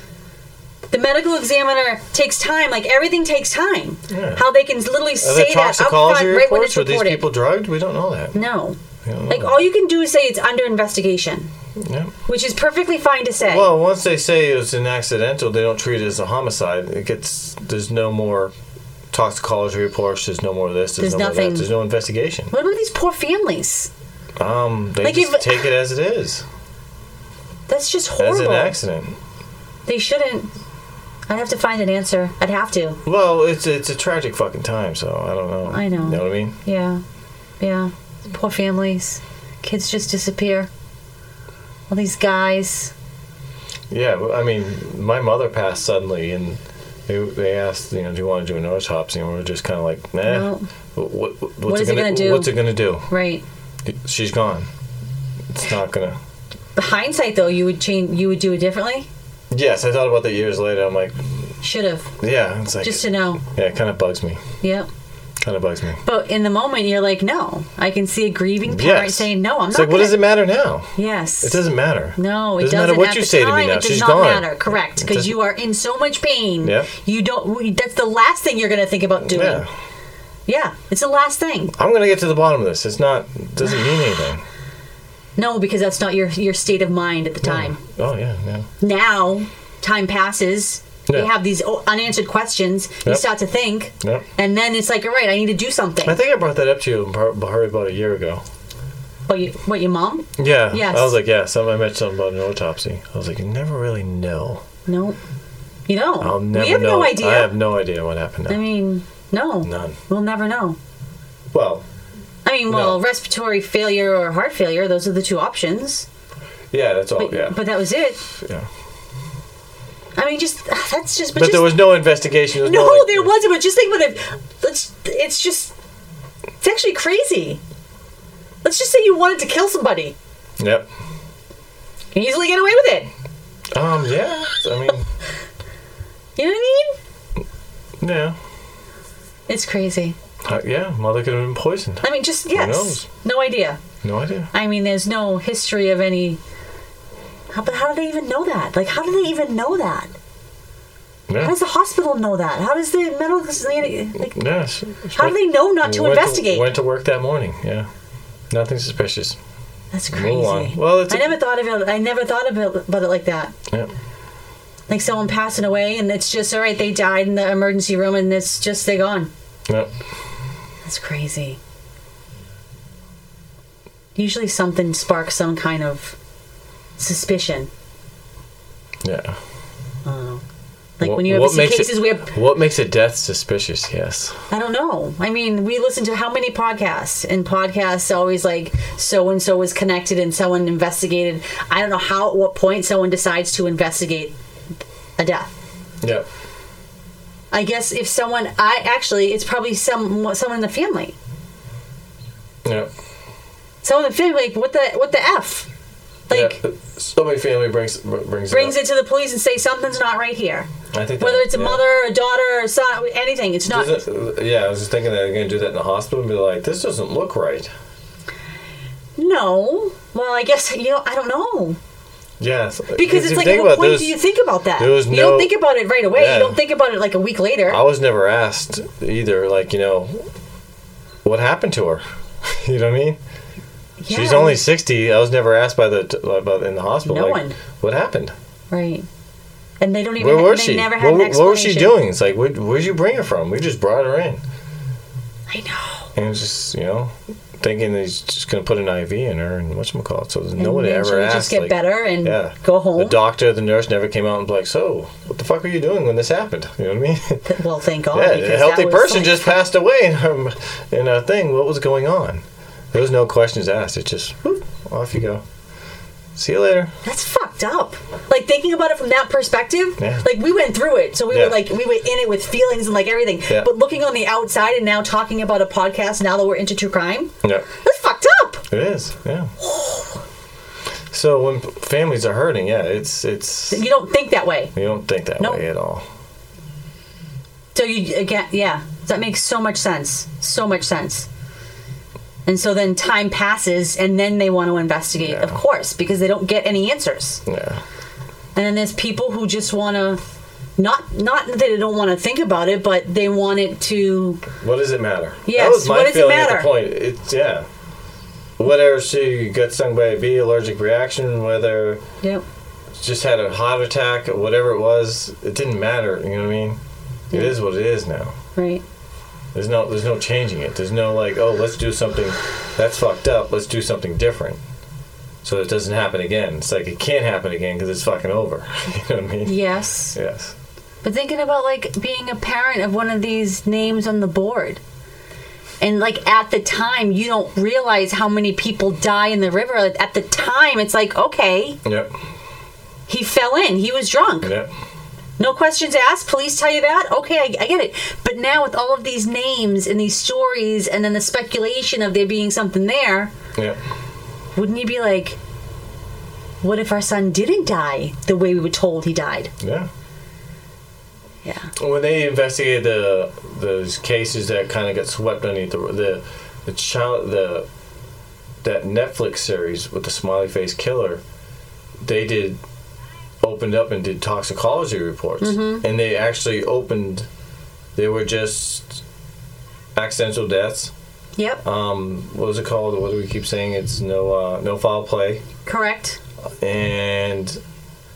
Speaker 7: the medical examiner takes time. Like everything takes time.
Speaker 5: Yeah.
Speaker 7: How they can literally
Speaker 5: are
Speaker 7: say
Speaker 5: there
Speaker 7: that up front
Speaker 5: toxicology
Speaker 7: right when
Speaker 5: reports?
Speaker 7: it's
Speaker 5: Were these
Speaker 7: reported.
Speaker 5: people drugged? We don't know that.
Speaker 7: no.
Speaker 5: We don't know
Speaker 7: Like
Speaker 5: that.
Speaker 7: all you can do is say it's under investigation,
Speaker 5: Yeah.
Speaker 7: which is perfectly fine to say.
Speaker 5: Well, once they say it's an accidental, they don't treat it as a homicide. It gets there's no more toxicology reports. There's no more this. There's,
Speaker 7: There's
Speaker 5: no more
Speaker 7: nothing.
Speaker 5: that. There's no investigation.
Speaker 7: what about these poor families?
Speaker 5: Um, they
Speaker 7: Like
Speaker 5: just
Speaker 7: if-
Speaker 5: take it as it is,
Speaker 7: That's just
Speaker 5: as an
Speaker 7: horrible.
Speaker 5: accident.
Speaker 7: They shouldn't. I'd have to find an answer. I'd have to.
Speaker 5: Well, it's it's a tragic fucking time. So I don't know.
Speaker 7: I know.
Speaker 5: You know what I mean?
Speaker 7: Yeah, yeah. Poor families. Kids just disappear. All these guys.
Speaker 5: Yeah, well, I mean, my mother passed suddenly, and they, they asked, you know, do you want to do an autopsy? And we were just kind of like, nah.
Speaker 7: No.
Speaker 5: What, what, what's
Speaker 7: What is it
Speaker 5: gonna-
Speaker 7: gonna do?
Speaker 5: What's it gonna do?
Speaker 7: Right.
Speaker 5: She's gone. It's not gonna.
Speaker 7: But hindsight, though, you would change. You would do it differently.
Speaker 5: Yes, I thought about that years later. I'm like,
Speaker 7: Should have.
Speaker 5: yeah, it's like,
Speaker 7: Just to know.
Speaker 5: yeah, it kind of bugs me.
Speaker 7: Yep.
Speaker 5: Kind of bugs me.
Speaker 7: But in the moment, you're like, no. I can see a grieving parent
Speaker 5: Yes.
Speaker 7: saying, no, I'm
Speaker 5: it's like,
Speaker 7: not.
Speaker 5: what
Speaker 7: gonna-
Speaker 5: does it matter now?
Speaker 7: Yes.
Speaker 5: It doesn't matter.
Speaker 7: No, it
Speaker 5: doesn't
Speaker 7: doesn't,
Speaker 5: matter what
Speaker 7: at
Speaker 5: you
Speaker 7: the
Speaker 5: say
Speaker 7: time,
Speaker 5: to me now.
Speaker 7: It does
Speaker 5: She's
Speaker 7: not
Speaker 5: gone.
Speaker 7: matter, correct?
Speaker 5: It
Speaker 7: Because
Speaker 5: doesn't-
Speaker 7: you are in so much pain.
Speaker 5: Yeah.
Speaker 7: You don't. That's the last thing you're going to think about doing.
Speaker 5: Yeah,
Speaker 7: yeah. It's the last thing.
Speaker 5: I'm gonna get to the bottom of this. It's not. It doesn't mean anything.
Speaker 7: No, because that's not your your state of mind at the time.
Speaker 5: Oh yeah, yeah.
Speaker 7: Now, time passes.
Speaker 5: Yeah.
Speaker 7: You have these o- unanswered questions. You
Speaker 5: Yep.
Speaker 7: start to think,
Speaker 5: Yep.
Speaker 7: and then it's like, all right, I need to do something.
Speaker 5: I think I brought that up to you in par- probably about a year ago.
Speaker 7: what, you, what your mom?
Speaker 5: Yeah.
Speaker 7: Yes.
Speaker 5: I was like, yeah. Some I mentioned something about an autopsy. I was like, you never really know.
Speaker 7: No, you know,
Speaker 5: I'll never
Speaker 7: we have
Speaker 5: know.
Speaker 7: no idea.
Speaker 5: I have no idea what happened. Now.
Speaker 7: I mean, no,
Speaker 5: None.
Speaker 7: We'll never know.
Speaker 5: Well,
Speaker 7: I mean, well,
Speaker 5: No.
Speaker 7: respiratory failure or heart failure; those are the two options.
Speaker 5: yeah, that's all.
Speaker 7: But,
Speaker 5: Oh, yeah.
Speaker 7: but that was it.
Speaker 5: yeah.
Speaker 7: I mean, just that's just. But,
Speaker 5: But
Speaker 7: just,
Speaker 5: there was no investigation. There was
Speaker 7: no,
Speaker 5: no, like-
Speaker 7: there wasn't. But just think about it. Let's. It's just. It's actually crazy. Let's just say you wanted to kill somebody.
Speaker 5: Yep.
Speaker 7: You can easily get away with it.
Speaker 5: Um. Yeah. I mean.
Speaker 7: You know what I mean?
Speaker 5: Yeah.
Speaker 7: It's crazy.
Speaker 5: Uh, yeah. Mother could have been poisoned.
Speaker 7: I mean, just yes.
Speaker 5: knows?
Speaker 7: No idea.
Speaker 5: No idea.
Speaker 7: I mean, there's no history of any. How, but how do they even know that? Like, how do they even know that? How
Speaker 5: Yeah.
Speaker 7: does the hospital know that? How does the medical like?
Speaker 5: Yeah. she- she
Speaker 7: How do
Speaker 5: went-
Speaker 7: they know not to
Speaker 5: went
Speaker 7: investigate?
Speaker 5: went to work that morning. Yeah. Nothing suspicious.
Speaker 7: That's
Speaker 5: Move on.
Speaker 7: crazy.
Speaker 5: Well, it's
Speaker 7: I
Speaker 5: a-
Speaker 7: never thought about. I never thought about about it like that.
Speaker 5: Yep.
Speaker 7: Like someone passing away, and it's just all right. They died in the emergency room, and it's just they gone.
Speaker 5: Yep.
Speaker 7: That's crazy. Usually, something sparks some kind of suspicion.
Speaker 5: Yeah.
Speaker 7: I don't know. Like
Speaker 5: What-
Speaker 7: when you ever
Speaker 5: what
Speaker 7: see
Speaker 5: makes
Speaker 7: cases
Speaker 5: it,
Speaker 7: where
Speaker 5: what makes a death suspicious? Yes.
Speaker 7: I don't know. I mean, we listen to how many podcasts, and podcasts always like so and so was connected and someone investigated. I don't know how at what point someone decides to investigate a death.
Speaker 5: Yep.
Speaker 7: I guess if someone, I actually, it's probably some someone in the family.
Speaker 5: Yep.
Speaker 7: Someone in the family, like what the what the f, like
Speaker 5: yeah. So many family brings brings
Speaker 7: brings
Speaker 5: it.
Speaker 7: it to the police and say something's not right here.
Speaker 5: Up. I think that-
Speaker 7: Whether it's a
Speaker 5: yeah.
Speaker 7: mother, a daughter, or son, anything, it's not.
Speaker 5: Does it- yeah, I was just thinking that they're going to do that in the hospital and be like, this doesn't look right.
Speaker 7: no. Well, I guess you know. I don't know.
Speaker 5: Yes.
Speaker 7: Because it's
Speaker 5: you
Speaker 7: like,
Speaker 5: think
Speaker 7: at what
Speaker 5: about
Speaker 7: point
Speaker 5: this-
Speaker 7: do you think about that?
Speaker 5: there was
Speaker 7: you
Speaker 5: no-
Speaker 7: don't think about it right away.
Speaker 5: Yeah.
Speaker 7: You don't think about it like a week later.
Speaker 5: I was never asked either, like, you know, what happened to her? you know what I mean?
Speaker 7: Yeah.
Speaker 5: She's only 60. I was never asked by the, about in the hospital.
Speaker 7: No
Speaker 5: like,
Speaker 7: one.
Speaker 5: What happened?
Speaker 7: right. and they don't even.
Speaker 5: Where
Speaker 7: ha-
Speaker 5: was
Speaker 7: they
Speaker 5: she?
Speaker 7: Never had
Speaker 5: What,
Speaker 7: an
Speaker 5: what was she
Speaker 7: explanation.
Speaker 5: doing? It's like, where, where'd you bring her from? We just brought her in.
Speaker 7: I know.
Speaker 5: And it's just, you know, thinking that he's just going to put an IV in her and whatchamacallit. So no one
Speaker 7: then
Speaker 5: ever
Speaker 7: she would
Speaker 5: asked.
Speaker 7: just get
Speaker 5: like-
Speaker 7: better and
Speaker 5: yeah.
Speaker 7: go home.
Speaker 5: The doctor, the nurse never came out and was like, so, what the fuck were you doing when this happened? You know what I mean?
Speaker 7: Well, thank God. Oh, because
Speaker 5: yeah, a
Speaker 7: that
Speaker 5: healthy
Speaker 7: was
Speaker 5: person
Speaker 7: like-
Speaker 5: just passed away in her, in her thing. What was going on? There was no questions asked. It just, whoop, off you go. See you later.
Speaker 7: That's fucked up. Like thinking about it from that perspective,
Speaker 5: Yeah.
Speaker 7: like we went through it, so we
Speaker 5: Yeah.
Speaker 7: were like we were in it with feelings and like everything.
Speaker 5: Yeah.
Speaker 7: But looking on the outside and now talking about a podcast now that we're into true crime,
Speaker 5: Yeah.
Speaker 7: that's fucked up.
Speaker 5: It is, yeah. So when p- families are hurting, yeah, it's it's
Speaker 7: You don't think that way.
Speaker 5: you don't think that
Speaker 7: Nope.
Speaker 5: way at all.
Speaker 7: So you again, yeah, that makes so much sense. So much sense. And so then time passes, and then they want to investigate, of
Speaker 5: Yeah.
Speaker 7: course, because they don't get any answers.
Speaker 5: Yeah,
Speaker 7: And then there's people who just want to, not not that they don't want to think about it, but they want it to.
Speaker 5: what does it matter?
Speaker 7: Yes,
Speaker 5: that was my
Speaker 7: what does it
Speaker 5: feeling at
Speaker 7: matter?
Speaker 5: the point. It's yeah, whether she got stung by a bee, allergic reaction, whether
Speaker 7: Yep.
Speaker 5: just had a heart attack, or whatever it was, it didn't matter. You know what I mean? It is what it is now.
Speaker 7: Right.
Speaker 5: There's no there's no changing it. There's no like oh let's do something that's fucked up. Let's do something different. So it doesn't happen again. It's like it can't happen again because it's fucking over. you know what I mean?
Speaker 7: Yes.
Speaker 5: Yes.
Speaker 7: But thinking about like being a parent of one of these names on the board. And like at the time, you don't realize how many people die in the river. At the time, it's like, okay,
Speaker 5: Yep.
Speaker 7: he fell in, he was drunk.
Speaker 5: Yep.
Speaker 7: No questions asked. Police tell you that? Okay, I, I get it. But now with all of these names and these stories and then the speculation of there being something there,
Speaker 5: Yep.
Speaker 7: wouldn't you be like, what if our son didn't die the way we were told he died?
Speaker 5: Yeah.
Speaker 7: Yeah.
Speaker 5: When they investigated the those cases that kind of got swept underneath the the the child the that Netflix series with the smiley face killer, they did opened up and did toxicology reports,
Speaker 7: Mm-hmm.
Speaker 5: and they actually opened. They were just accidental deaths.
Speaker 7: Yep.
Speaker 5: Um, what was it called? What do we keep saying? It's no uh, no foul play.
Speaker 7: Correct.
Speaker 5: and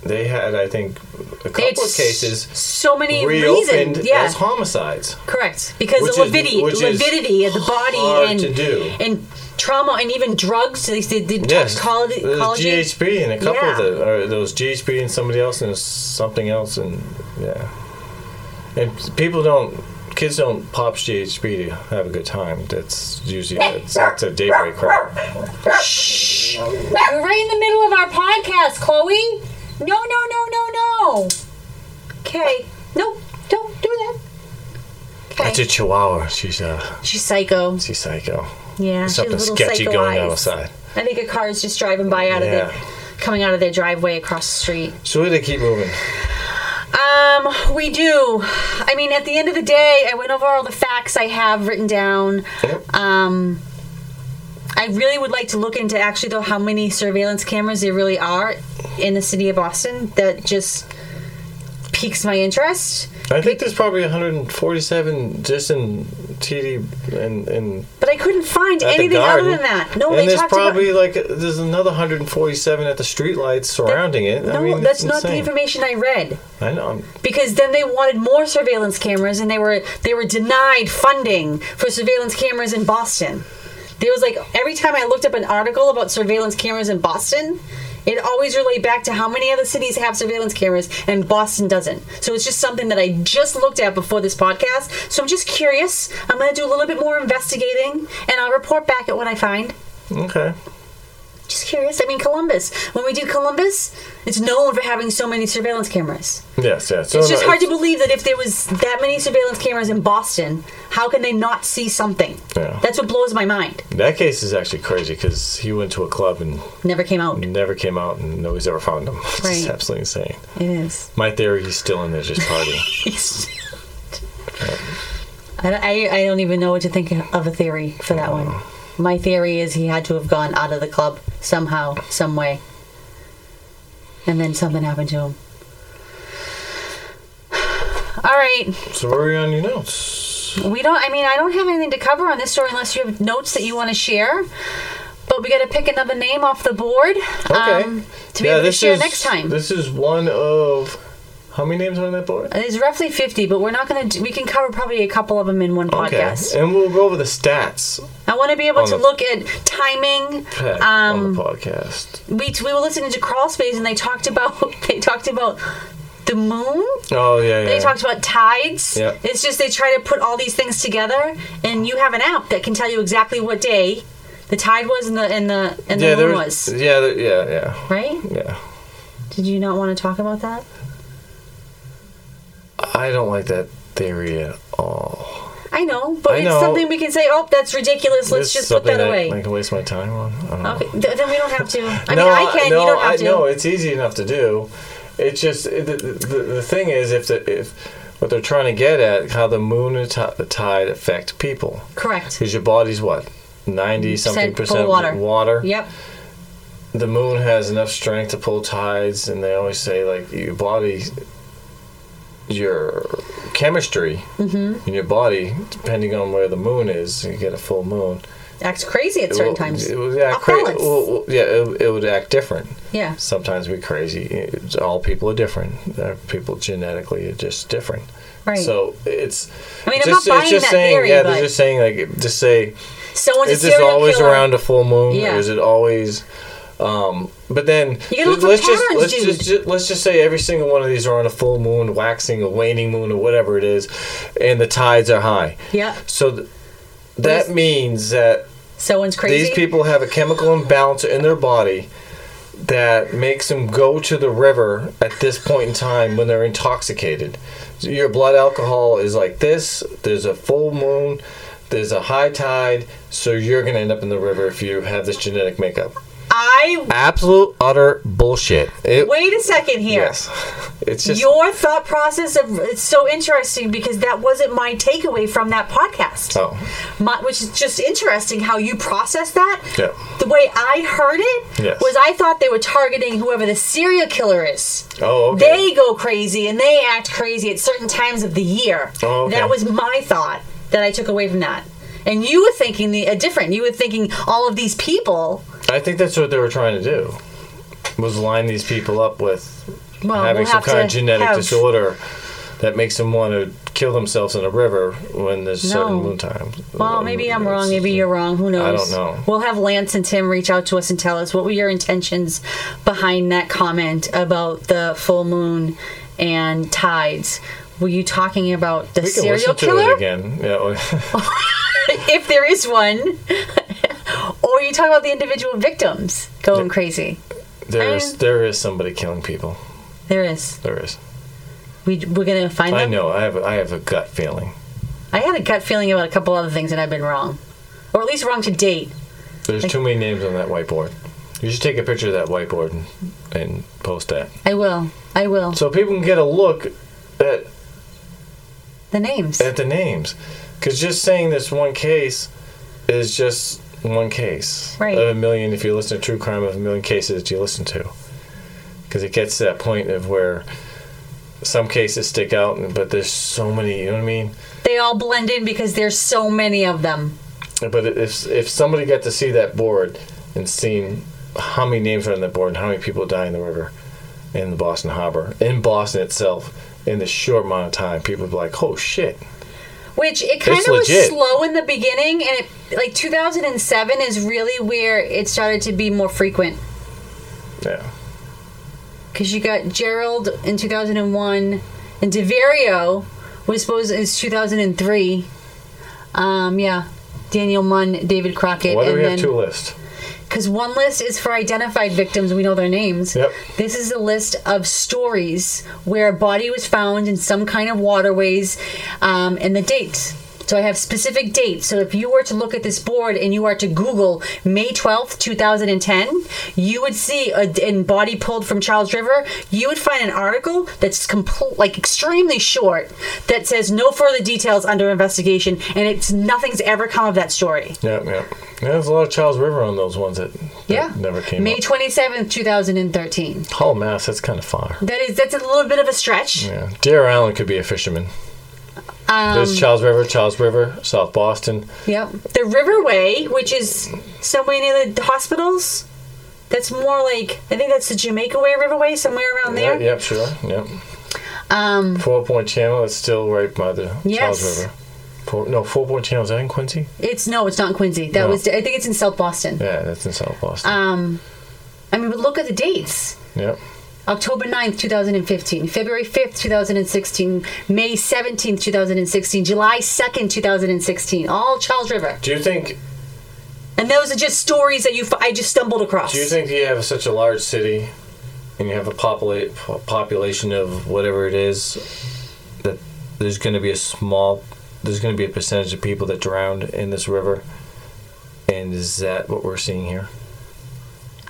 Speaker 5: they had I think a couple
Speaker 7: They
Speaker 5: of
Speaker 7: had s-
Speaker 5: cases
Speaker 7: So many
Speaker 5: reopened
Speaker 7: reasons. Yeah.
Speaker 5: as homicides.
Speaker 7: Correct, because
Speaker 5: Which
Speaker 7: the
Speaker 5: is-
Speaker 7: lividity,
Speaker 5: which is
Speaker 7: lividity of the body
Speaker 5: hard
Speaker 7: and
Speaker 5: to do.
Speaker 7: and trauma and even drugs. They did, did toxicology.
Speaker 5: there's GHB and a couple of
Speaker 7: Yeah.
Speaker 5: the or those GHB and somebody else and something else and yeah. And people don't, kids don't pop GHB to have a good time. That's usually that's, that's a daybreak crap.
Speaker 7: We're right in the middle of our podcast, Chloe. No, no, no, no, no. Okay. Nope. Don't do that.
Speaker 5: That's
Speaker 7: Okay.
Speaker 5: a Chihuahua. She's uh,
Speaker 7: She's psycho.
Speaker 5: she's psycho.
Speaker 7: Yeah.
Speaker 5: There's
Speaker 7: She's a
Speaker 5: something
Speaker 7: little
Speaker 5: sketchy
Speaker 7: psycho
Speaker 5: going on
Speaker 7: eyes.
Speaker 5: outside.
Speaker 7: I think a car is just driving by out
Speaker 5: Yeah.
Speaker 7: of their, coming out of their driveway across the street.
Speaker 5: So we gotta keep moving.
Speaker 7: Um, we do. I mean, at the end of the day, I went over all the facts I have written down.
Speaker 5: Yep.
Speaker 7: Um, I really would like to look into actually though how many surveillance cameras there really are in the city of Boston. That just piques my interest.
Speaker 5: I think there's probably 147 just in TD and in
Speaker 7: But I couldn't find
Speaker 5: at the
Speaker 7: anything other
Speaker 5: garden.
Speaker 7: than that. No,
Speaker 5: and
Speaker 7: they
Speaker 5: there's
Speaker 7: talked
Speaker 5: probably
Speaker 7: about.
Speaker 5: like there's another 147 at the streetlights surrounding it.
Speaker 7: No,
Speaker 5: I mean,
Speaker 7: that's
Speaker 5: it's
Speaker 7: not the
Speaker 5: insane.
Speaker 7: information I read.
Speaker 5: I know. I'm-
Speaker 7: because then they wanted more surveillance cameras and they were they were denied funding for surveillance cameras in Boston. There was like every time I looked up an article about surveillance cameras in Boston, it always related back to how many other cities have surveillance cameras and Boston doesn't. So it's just something that I just looked at before this podcast. So I'm just curious. I'm going to do a little bit more investigating and I'll report back at what I find.
Speaker 5: Okay.
Speaker 7: Just curious. I mean, Columbus. When we do Columbus, it's known for having so many surveillance cameras.
Speaker 5: Yes, yes.
Speaker 7: It's just hard to believe that if there was that many surveillance cameras in Boston, how can they not see something?
Speaker 5: Yeah.
Speaker 7: That's what blows my mind.
Speaker 5: That case is actually crazy because he went to a club and
Speaker 7: Never came out. It
Speaker 5: never came out, and nobody's ever found him. It's
Speaker 7: Right.
Speaker 5: absolutely insane.
Speaker 7: is.
Speaker 5: My theory, he's still in there just partying.
Speaker 7: I don't, I, I don't even know what to think of a theory for that one. My theory is he had to have gone out of the club somehow, some way. And then something happened to him. All right.
Speaker 5: so where are we on your notes?
Speaker 7: We don't, I mean, I don't have anything to cover on this story unless you have notes that you want to share. But we got to pick another name off the board um,
Speaker 5: Okay.
Speaker 7: to be able to share next time.
Speaker 5: This is one of How many names are on that board?
Speaker 7: There's roughly 50, but we're not going to. We can cover probably a couple of them in one podcast.
Speaker 5: And we'll go over the stats
Speaker 7: I want to be able
Speaker 5: On
Speaker 7: to
Speaker 5: the-
Speaker 7: look at timing.
Speaker 5: Heck, on
Speaker 7: Um,
Speaker 5: the podcast.
Speaker 7: we we were listening to Crawl Space, and they talked about they talked about the moon.
Speaker 5: Oh yeah, yeah.
Speaker 7: They talked about tides.
Speaker 5: Yep.
Speaker 7: It's just they try to put all these things together, and you have an app that can tell you exactly what day the tide was and the and the and
Speaker 5: yeah,
Speaker 7: the moon
Speaker 5: there
Speaker 7: was.
Speaker 5: Yeah, there, yeah, yeah,
Speaker 7: Right?
Speaker 5: yeah.
Speaker 7: Did you not want to talk about that?
Speaker 5: I don't like that theory at all.
Speaker 7: I know, but
Speaker 5: I
Speaker 7: it's
Speaker 5: know.
Speaker 7: something we can say. Oh, that's ridiculous. Let's
Speaker 5: This
Speaker 7: just put
Speaker 5: something
Speaker 7: that away.
Speaker 5: I, I can waste my time on. I don't know.
Speaker 7: Okay, th- then we don't have to. I
Speaker 5: no,
Speaker 7: mean, I can.
Speaker 5: No,
Speaker 7: you don't have
Speaker 5: I,
Speaker 7: to.
Speaker 5: No, it's easy enough to do. It's just it, the, the the thing is if the if what they're trying to get at how the moon and ti- the tide affect people
Speaker 7: Correct.
Speaker 5: because your body's what ninety something
Speaker 7: Percent full
Speaker 5: percent
Speaker 7: water.
Speaker 5: water.
Speaker 7: Yep.
Speaker 5: the moon has enough strength to pull tides, and they always say like your body, your chemistry
Speaker 7: Mm-hmm.
Speaker 5: in your body, depending on where the moon is, you get a full moon.
Speaker 7: Acts crazy at
Speaker 5: it
Speaker 7: certain
Speaker 5: will-
Speaker 7: times.
Speaker 5: it will act
Speaker 7: Off
Speaker 5: cra-
Speaker 7: balance.
Speaker 5: well, well, yeah, it, it would act different.
Speaker 7: yeah.
Speaker 5: Sometimes we're crazy. It's- all people are different. There are people genetically are just different.
Speaker 7: Right.
Speaker 5: So it's.
Speaker 7: I mean, I'm
Speaker 5: just,
Speaker 7: not
Speaker 5: it's
Speaker 7: buying
Speaker 5: just
Speaker 7: that
Speaker 5: saying,
Speaker 7: theory,
Speaker 5: yeah,
Speaker 7: but-
Speaker 5: they're just saying like just say
Speaker 7: Someone's
Speaker 5: is
Speaker 7: a
Speaker 5: this
Speaker 7: serial
Speaker 5: always
Speaker 7: killer.
Speaker 5: around a full moon
Speaker 7: Yeah.
Speaker 5: or is it always um, but then
Speaker 7: You gotta look for
Speaker 5: let's just
Speaker 7: patterns,
Speaker 5: let's
Speaker 7: dude.
Speaker 5: just, just let's just say every single one of these are on a full moon waxing a waning moon or whatever it is and the tides are high
Speaker 7: Yeah.
Speaker 5: so th- that
Speaker 7: is-
Speaker 5: means that
Speaker 7: Someone's crazy.
Speaker 5: these people have a chemical imbalance in their body that makes them go to the river at this point in time when they're intoxicated. So your blood alcohol is like this. There's a full moon. There's a high tide. So you're going to end up in the river if you have this genetic makeup.
Speaker 7: I
Speaker 5: Absolute utter bullshit. It,
Speaker 7: wait a second here.
Speaker 5: Yes. It's just.
Speaker 7: Your thought process of it's so interesting because that wasn't my takeaway from that podcast.
Speaker 5: Oh.
Speaker 7: My, which is just interesting how you process that.
Speaker 5: Yeah.
Speaker 7: The way I heard it
Speaker 5: Yes.
Speaker 7: was I thought they were targeting whoever the serial killer is.
Speaker 5: Oh, okay.
Speaker 7: They go crazy and they act crazy at certain times of the year.
Speaker 5: Oh, okay.
Speaker 7: That was my thought that I took away from that. And you were thinking the uh, different. You were thinking all of these people.
Speaker 5: I think that's what they were trying to do. Was line these people up with
Speaker 7: Um, Well,
Speaker 5: having
Speaker 7: we'll
Speaker 5: some
Speaker 7: have
Speaker 5: kind of
Speaker 7: to
Speaker 5: genetic
Speaker 7: have-
Speaker 5: disorder that makes them want to kill themselves in a river when there's
Speaker 7: No.
Speaker 5: certain moon times.
Speaker 7: Well, maybe I'm wrong. Maybe you're wrong. Who
Speaker 5: I
Speaker 7: knows?
Speaker 5: don't know.
Speaker 7: We'll have Lance and Tim reach out to us and tell us what were your intentions behind that comment about the full moon and tides. Were you talking about the
Speaker 5: We can
Speaker 7: serial
Speaker 5: listen to
Speaker 7: killer,
Speaker 5: it again. Yeah, well,
Speaker 7: if there is one, or are you talking about the individual victims going
Speaker 5: Yeah.
Speaker 7: crazy?
Speaker 5: there is
Speaker 7: I'm-
Speaker 5: there is somebody killing people.
Speaker 7: There is.
Speaker 5: There is.
Speaker 7: We we're gonna find
Speaker 5: I
Speaker 7: them.
Speaker 5: know. I have I have a gut feeling.
Speaker 7: I had a gut feeling about a couple other things, and I've been wrong, or at least wrong to date.
Speaker 5: There's too many names on that whiteboard. You should take a picture of that whiteboard and, and post that
Speaker 7: I will. I will.
Speaker 5: so people can get a look at
Speaker 7: The names.
Speaker 5: at the names because just saying this one case is just one case
Speaker 7: Right.
Speaker 5: of a million if you listen to true crime of a million cases that you listen to because it gets to that point of where some cases stick out and- but there's so many you know what i mean
Speaker 7: They all blend in because there's so many of them.
Speaker 5: but if if somebody got to see that board and seen how many names are on that board and how many people die in the river in the boston harbor in boston itself in this short amount of time people would be like oh shit
Speaker 7: Which it kind
Speaker 5: It's
Speaker 7: of was
Speaker 5: legit.
Speaker 7: slow in the beginning, and it like 2007 is really where it started to be more frequent
Speaker 5: yeah
Speaker 7: because you got Gerald in 2001, and Deverio was supposed is 2003. Um, yeah, Daniel Munn, David Crockett,
Speaker 5: why do
Speaker 7: and
Speaker 5: we have
Speaker 7: then
Speaker 5: two lists
Speaker 7: because one list is for identified victims, we know their names.
Speaker 5: Yep.
Speaker 7: This is a list of stories where a body was found in some kind of waterways, um, and the dates. So I have specific dates. So if you were to look at this board and you are to Google May twelfth, two thousand and ten, you would see a in body pulled from Charles River. You would find an article that's complete, like extremely short, that says no further details under investigation, and it's nothing's ever come of that story.
Speaker 5: Yeah, yeah. yeah there's a lot of Charles River on those ones that, that
Speaker 7: Yeah.
Speaker 5: never came
Speaker 7: May
Speaker 5: up.
Speaker 7: twenty seventh, two thousand and thirteen.
Speaker 5: Hull, Mass, that's kind of far.
Speaker 7: That is that's a little bit of a stretch.
Speaker 5: Yeah. Deer Island could be a fisherman.
Speaker 7: Um,
Speaker 5: There's Charles River, Charles River, South Boston.
Speaker 7: yep. The Riverway, which is somewhere near the hospitals. That's more like I think that's the Jamaica Way Riverway, somewhere around
Speaker 5: Yeah,
Speaker 7: there.
Speaker 5: yep, sure. Yep.
Speaker 7: Um,
Speaker 5: Four Point Channel is still right by the Charles
Speaker 7: Yes.
Speaker 5: River. Four, no, Four Point Channel is that in Quincy?
Speaker 7: it's no, it's not in Quincy. That
Speaker 5: No.
Speaker 7: was I think it's in South Boston.
Speaker 5: Yeah, that's in South Boston.
Speaker 7: Um, I mean, but look at the dates.
Speaker 5: yep.
Speaker 7: October 9th, 2015, February 5th, 2016, May 17th, 2016, July 2nd, 2016, all Charles River.
Speaker 5: Do you think?
Speaker 7: And those are just stories that you f- I just stumbled across.
Speaker 5: Do you think you have such a large city, and you have a populate po- population of whatever it is, that there's going to be a small, there's going to be a percentage of people that drowned in this river, and is that what we're seeing here?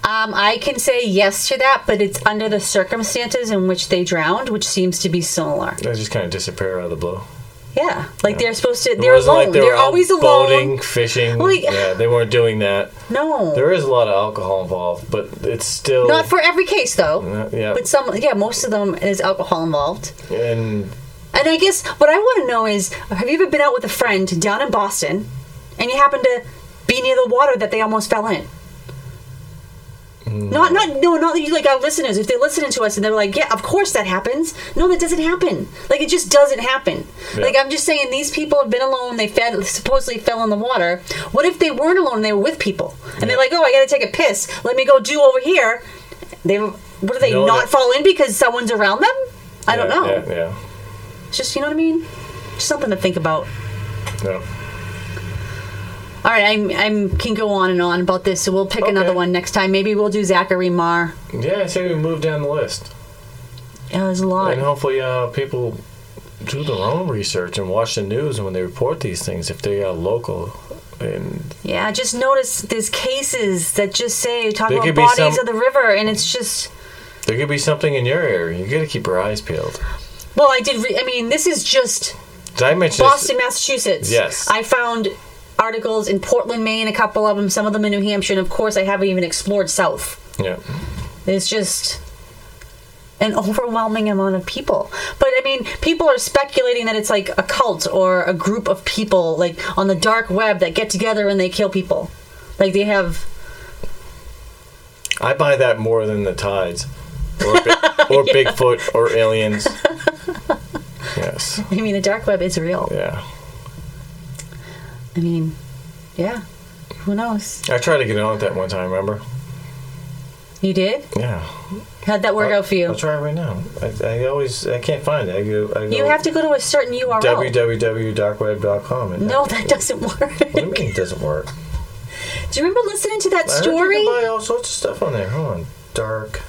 Speaker 7: Um, I can say yes to that, but it's under the circumstances in which they drowned, which seems to be similar.
Speaker 5: They just kind of disappear out of the blue.
Speaker 7: Yeah, like they're supposed to.
Speaker 5: It
Speaker 7: They're
Speaker 5: wasn't
Speaker 7: alone.
Speaker 5: like
Speaker 7: they are
Speaker 5: were out
Speaker 7: always alone.
Speaker 5: Boating, fishing.
Speaker 7: Like-
Speaker 5: yeah, they weren't doing that.
Speaker 7: No,
Speaker 5: There is a lot of alcohol involved, but it's still
Speaker 7: not for every case though.
Speaker 5: Uh, yeah.
Speaker 7: But some, yeah, most of them is alcohol involved.
Speaker 5: and
Speaker 7: And I guess what I want to know is, have you ever been out with a friend down in Boston, and you happen to be near the water that they almost fell in? Not, not, no, not that you like our listeners. If they're listening to us and they're like, "Yeah, of course that happens." No, that doesn't happen. Like it just doesn't happen.
Speaker 5: Yeah.
Speaker 7: Like I'm just saying, these people have been alone. They fed, supposedly fell in the water. What if they weren't alone? and They were with people, and they're
Speaker 5: Yeah.
Speaker 7: like, "Oh, I got to take a piss. Let me go do over here." They, what do they
Speaker 5: No,
Speaker 7: not
Speaker 5: that-
Speaker 7: fall in because someone's around them? I don't
Speaker 5: yeah,
Speaker 7: know.
Speaker 5: Yeah, yeah.
Speaker 7: It's just, you know what I mean? Just something to think about.
Speaker 5: No.
Speaker 7: All right, I'm, I'm can go on and on about this, so we'll pick another
Speaker 5: Okay.
Speaker 7: one next time. Maybe we'll do Zachary Marr.
Speaker 5: Yeah, I say we move down the list,
Speaker 7: Yeah, there's a lot.
Speaker 5: and hopefully, uh, people do their own research and watch the news when they report these things if they are local. And
Speaker 7: Yeah, just notice there's cases that just say talk
Speaker 5: There
Speaker 7: about
Speaker 5: could be
Speaker 7: bodies
Speaker 5: some-
Speaker 7: of the river, and it's just.
Speaker 5: there could be something in your area. You got to keep your eyes peeled.
Speaker 7: Well, I did. Re- I mean, this is just
Speaker 5: Did I mention this-
Speaker 7: Boston, Massachusetts.
Speaker 5: Yes.
Speaker 7: I found articles in Portland, Maine, a couple of them, some of them in New Hampshire, and of course, I haven't even explored South.
Speaker 5: Yeah.
Speaker 7: There's just an overwhelming amount of people. But I mean, people are speculating that it's like a cult or a group of people, like on the dark web, that get together and they kill people. Like they have.
Speaker 5: I buy that more than the tides, or, Bi- or Bigfoot, or aliens. yes.
Speaker 7: I mean, the dark web is real.
Speaker 5: Yeah.
Speaker 7: I mean, yeah. Who knows?
Speaker 5: I tried to get on with that one time. Remember?
Speaker 7: You did?
Speaker 5: Yeah.
Speaker 7: How'd that work out for
Speaker 5: I'll
Speaker 7: you?
Speaker 5: try it Uh, right now. I, I always I can't find it. I go. I go
Speaker 7: You have to go to a certain URL.
Speaker 5: www.darkweb.com. And
Speaker 7: no, that doesn't work.
Speaker 5: What do you mean it doesn't work?
Speaker 7: Do you remember listening to that
Speaker 5: I heard
Speaker 7: story?
Speaker 5: you can buy all sorts of stuff on there. Hold on. Dark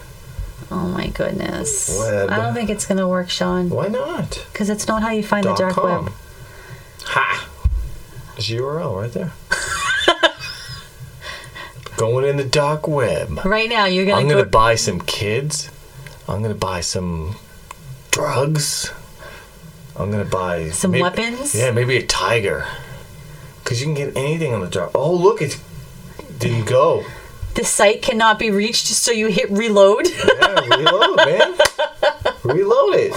Speaker 7: Oh my goodness.
Speaker 5: Web.
Speaker 7: I don't think it's going to work, Sean,
Speaker 5: Why not?
Speaker 7: because it's not how you find
Speaker 5: Dot
Speaker 7: the dark
Speaker 5: com.
Speaker 7: web.
Speaker 5: Ha! There's your URL right there. Going in the dark web.
Speaker 7: Right now, you're going
Speaker 5: I'm
Speaker 7: to
Speaker 5: gonna
Speaker 7: go
Speaker 5: buy some kids. I'm gonna buy some drugs. I'm gonna buy
Speaker 7: Some weapons?
Speaker 5: Yeah, maybe a tiger. Cause you can get anything on the dark. Oh, look, it didn't go.
Speaker 7: The site cannot be reached, so you hit reload.
Speaker 5: Yeah, reload, man. Reload it.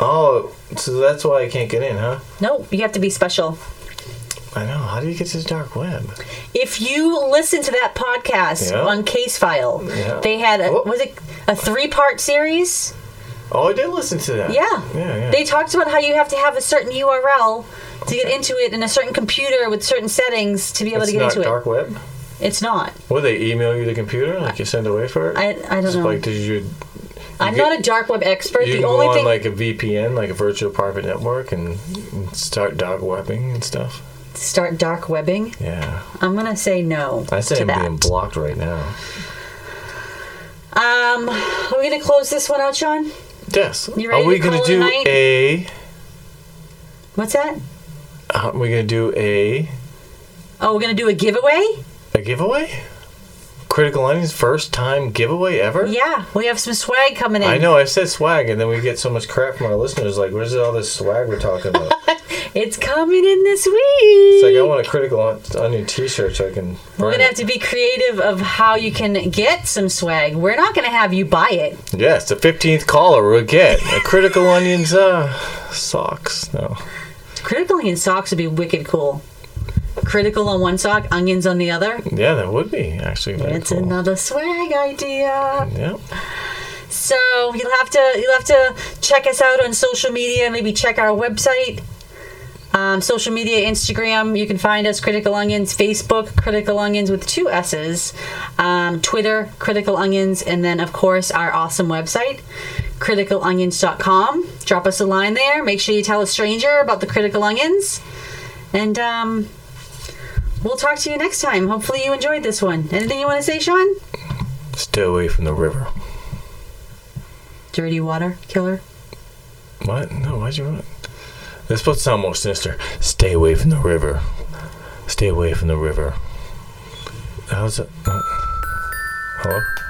Speaker 5: Oh, so that's why I can't get in, huh?
Speaker 7: no, you have to be special.
Speaker 5: I know. How do you get to the dark web?
Speaker 7: If you listen to that podcast
Speaker 5: Yeah.
Speaker 7: on Case File,
Speaker 5: Yeah.
Speaker 7: they had a,
Speaker 5: Oh.
Speaker 7: was it a three part series?
Speaker 5: Oh, I did listen to that.
Speaker 7: Yeah.
Speaker 5: Yeah, yeah.
Speaker 7: They talked about how you have to have a certain URL to get into it and a certain computer with certain settings to be able
Speaker 5: it's
Speaker 7: to get
Speaker 5: not
Speaker 7: into
Speaker 5: dark web.
Speaker 7: it. It's not.
Speaker 5: What they email you the computer like you send away for it?
Speaker 7: I- I don't
Speaker 5: Just
Speaker 7: know.
Speaker 5: Like did you?
Speaker 7: I'm
Speaker 5: get-
Speaker 7: not a dark web expert.
Speaker 5: You
Speaker 7: The
Speaker 5: can
Speaker 7: only
Speaker 5: go on
Speaker 7: thing
Speaker 5: like a VPN, like a virtual private network, and and start dark webbing and stuff.
Speaker 7: start dark webbing.
Speaker 5: Yeah,
Speaker 7: I'm gonna say no.
Speaker 5: I say
Speaker 7: to
Speaker 5: I'm
Speaker 7: that.
Speaker 5: being blocked right now.
Speaker 7: Um, are we gonna close this one out, Sean?
Speaker 5: Yes.
Speaker 7: You
Speaker 5: Are
Speaker 7: ready
Speaker 5: we
Speaker 7: to
Speaker 5: gonna
Speaker 7: call it a
Speaker 5: do
Speaker 7: night?
Speaker 5: a?
Speaker 7: What's that?
Speaker 5: Are uh, we gonna do a?
Speaker 7: Oh, we're gonna do a giveaway.
Speaker 5: A giveaway? Critical Onion's first time giveaway ever?
Speaker 7: Yeah, we have some swag coming in.
Speaker 5: I know, I said swag, and then we get so much crap from our listeners. Like, where's all this swag we're talking about?
Speaker 7: It's coming in this week.
Speaker 5: it's like, I want a Critical On- Onion t shirt so I can. burn
Speaker 7: We're gonna have to be creative of how you can get some swag. We're not gonna have you buy it.
Speaker 5: it. Yes, the 15th caller will get a Critical Onion's uh, socks. No.
Speaker 7: Critical onion socks would be wicked cool. Critical on one sock, onions on the other.
Speaker 5: Yeah, that would be actually very
Speaker 7: It's
Speaker 5: cool.
Speaker 7: another swag idea.
Speaker 5: Yeah.
Speaker 7: So you'll have to you'll have to check us out on social media. Maybe check our website. Um, social media, Instagram, you can find us, Critical Onions, Facebook, Critical Onions with two S's, um, Twitter, Critical Onions, and then, of course, our awesome website, criticalonions.com. Drop us a line there. Make sure you tell a stranger about the Critical Onions. And um, we'll talk to you next time. Hopefully, you enjoyed this one. Anything you want to say, Sean?
Speaker 5: Stay away from the river.
Speaker 7: Dirty water killer.
Speaker 5: What? No, why'd you run it? That's supposed to sound more sinister. Stay away from the river. Stay away from the river. How's it? Uh, hello?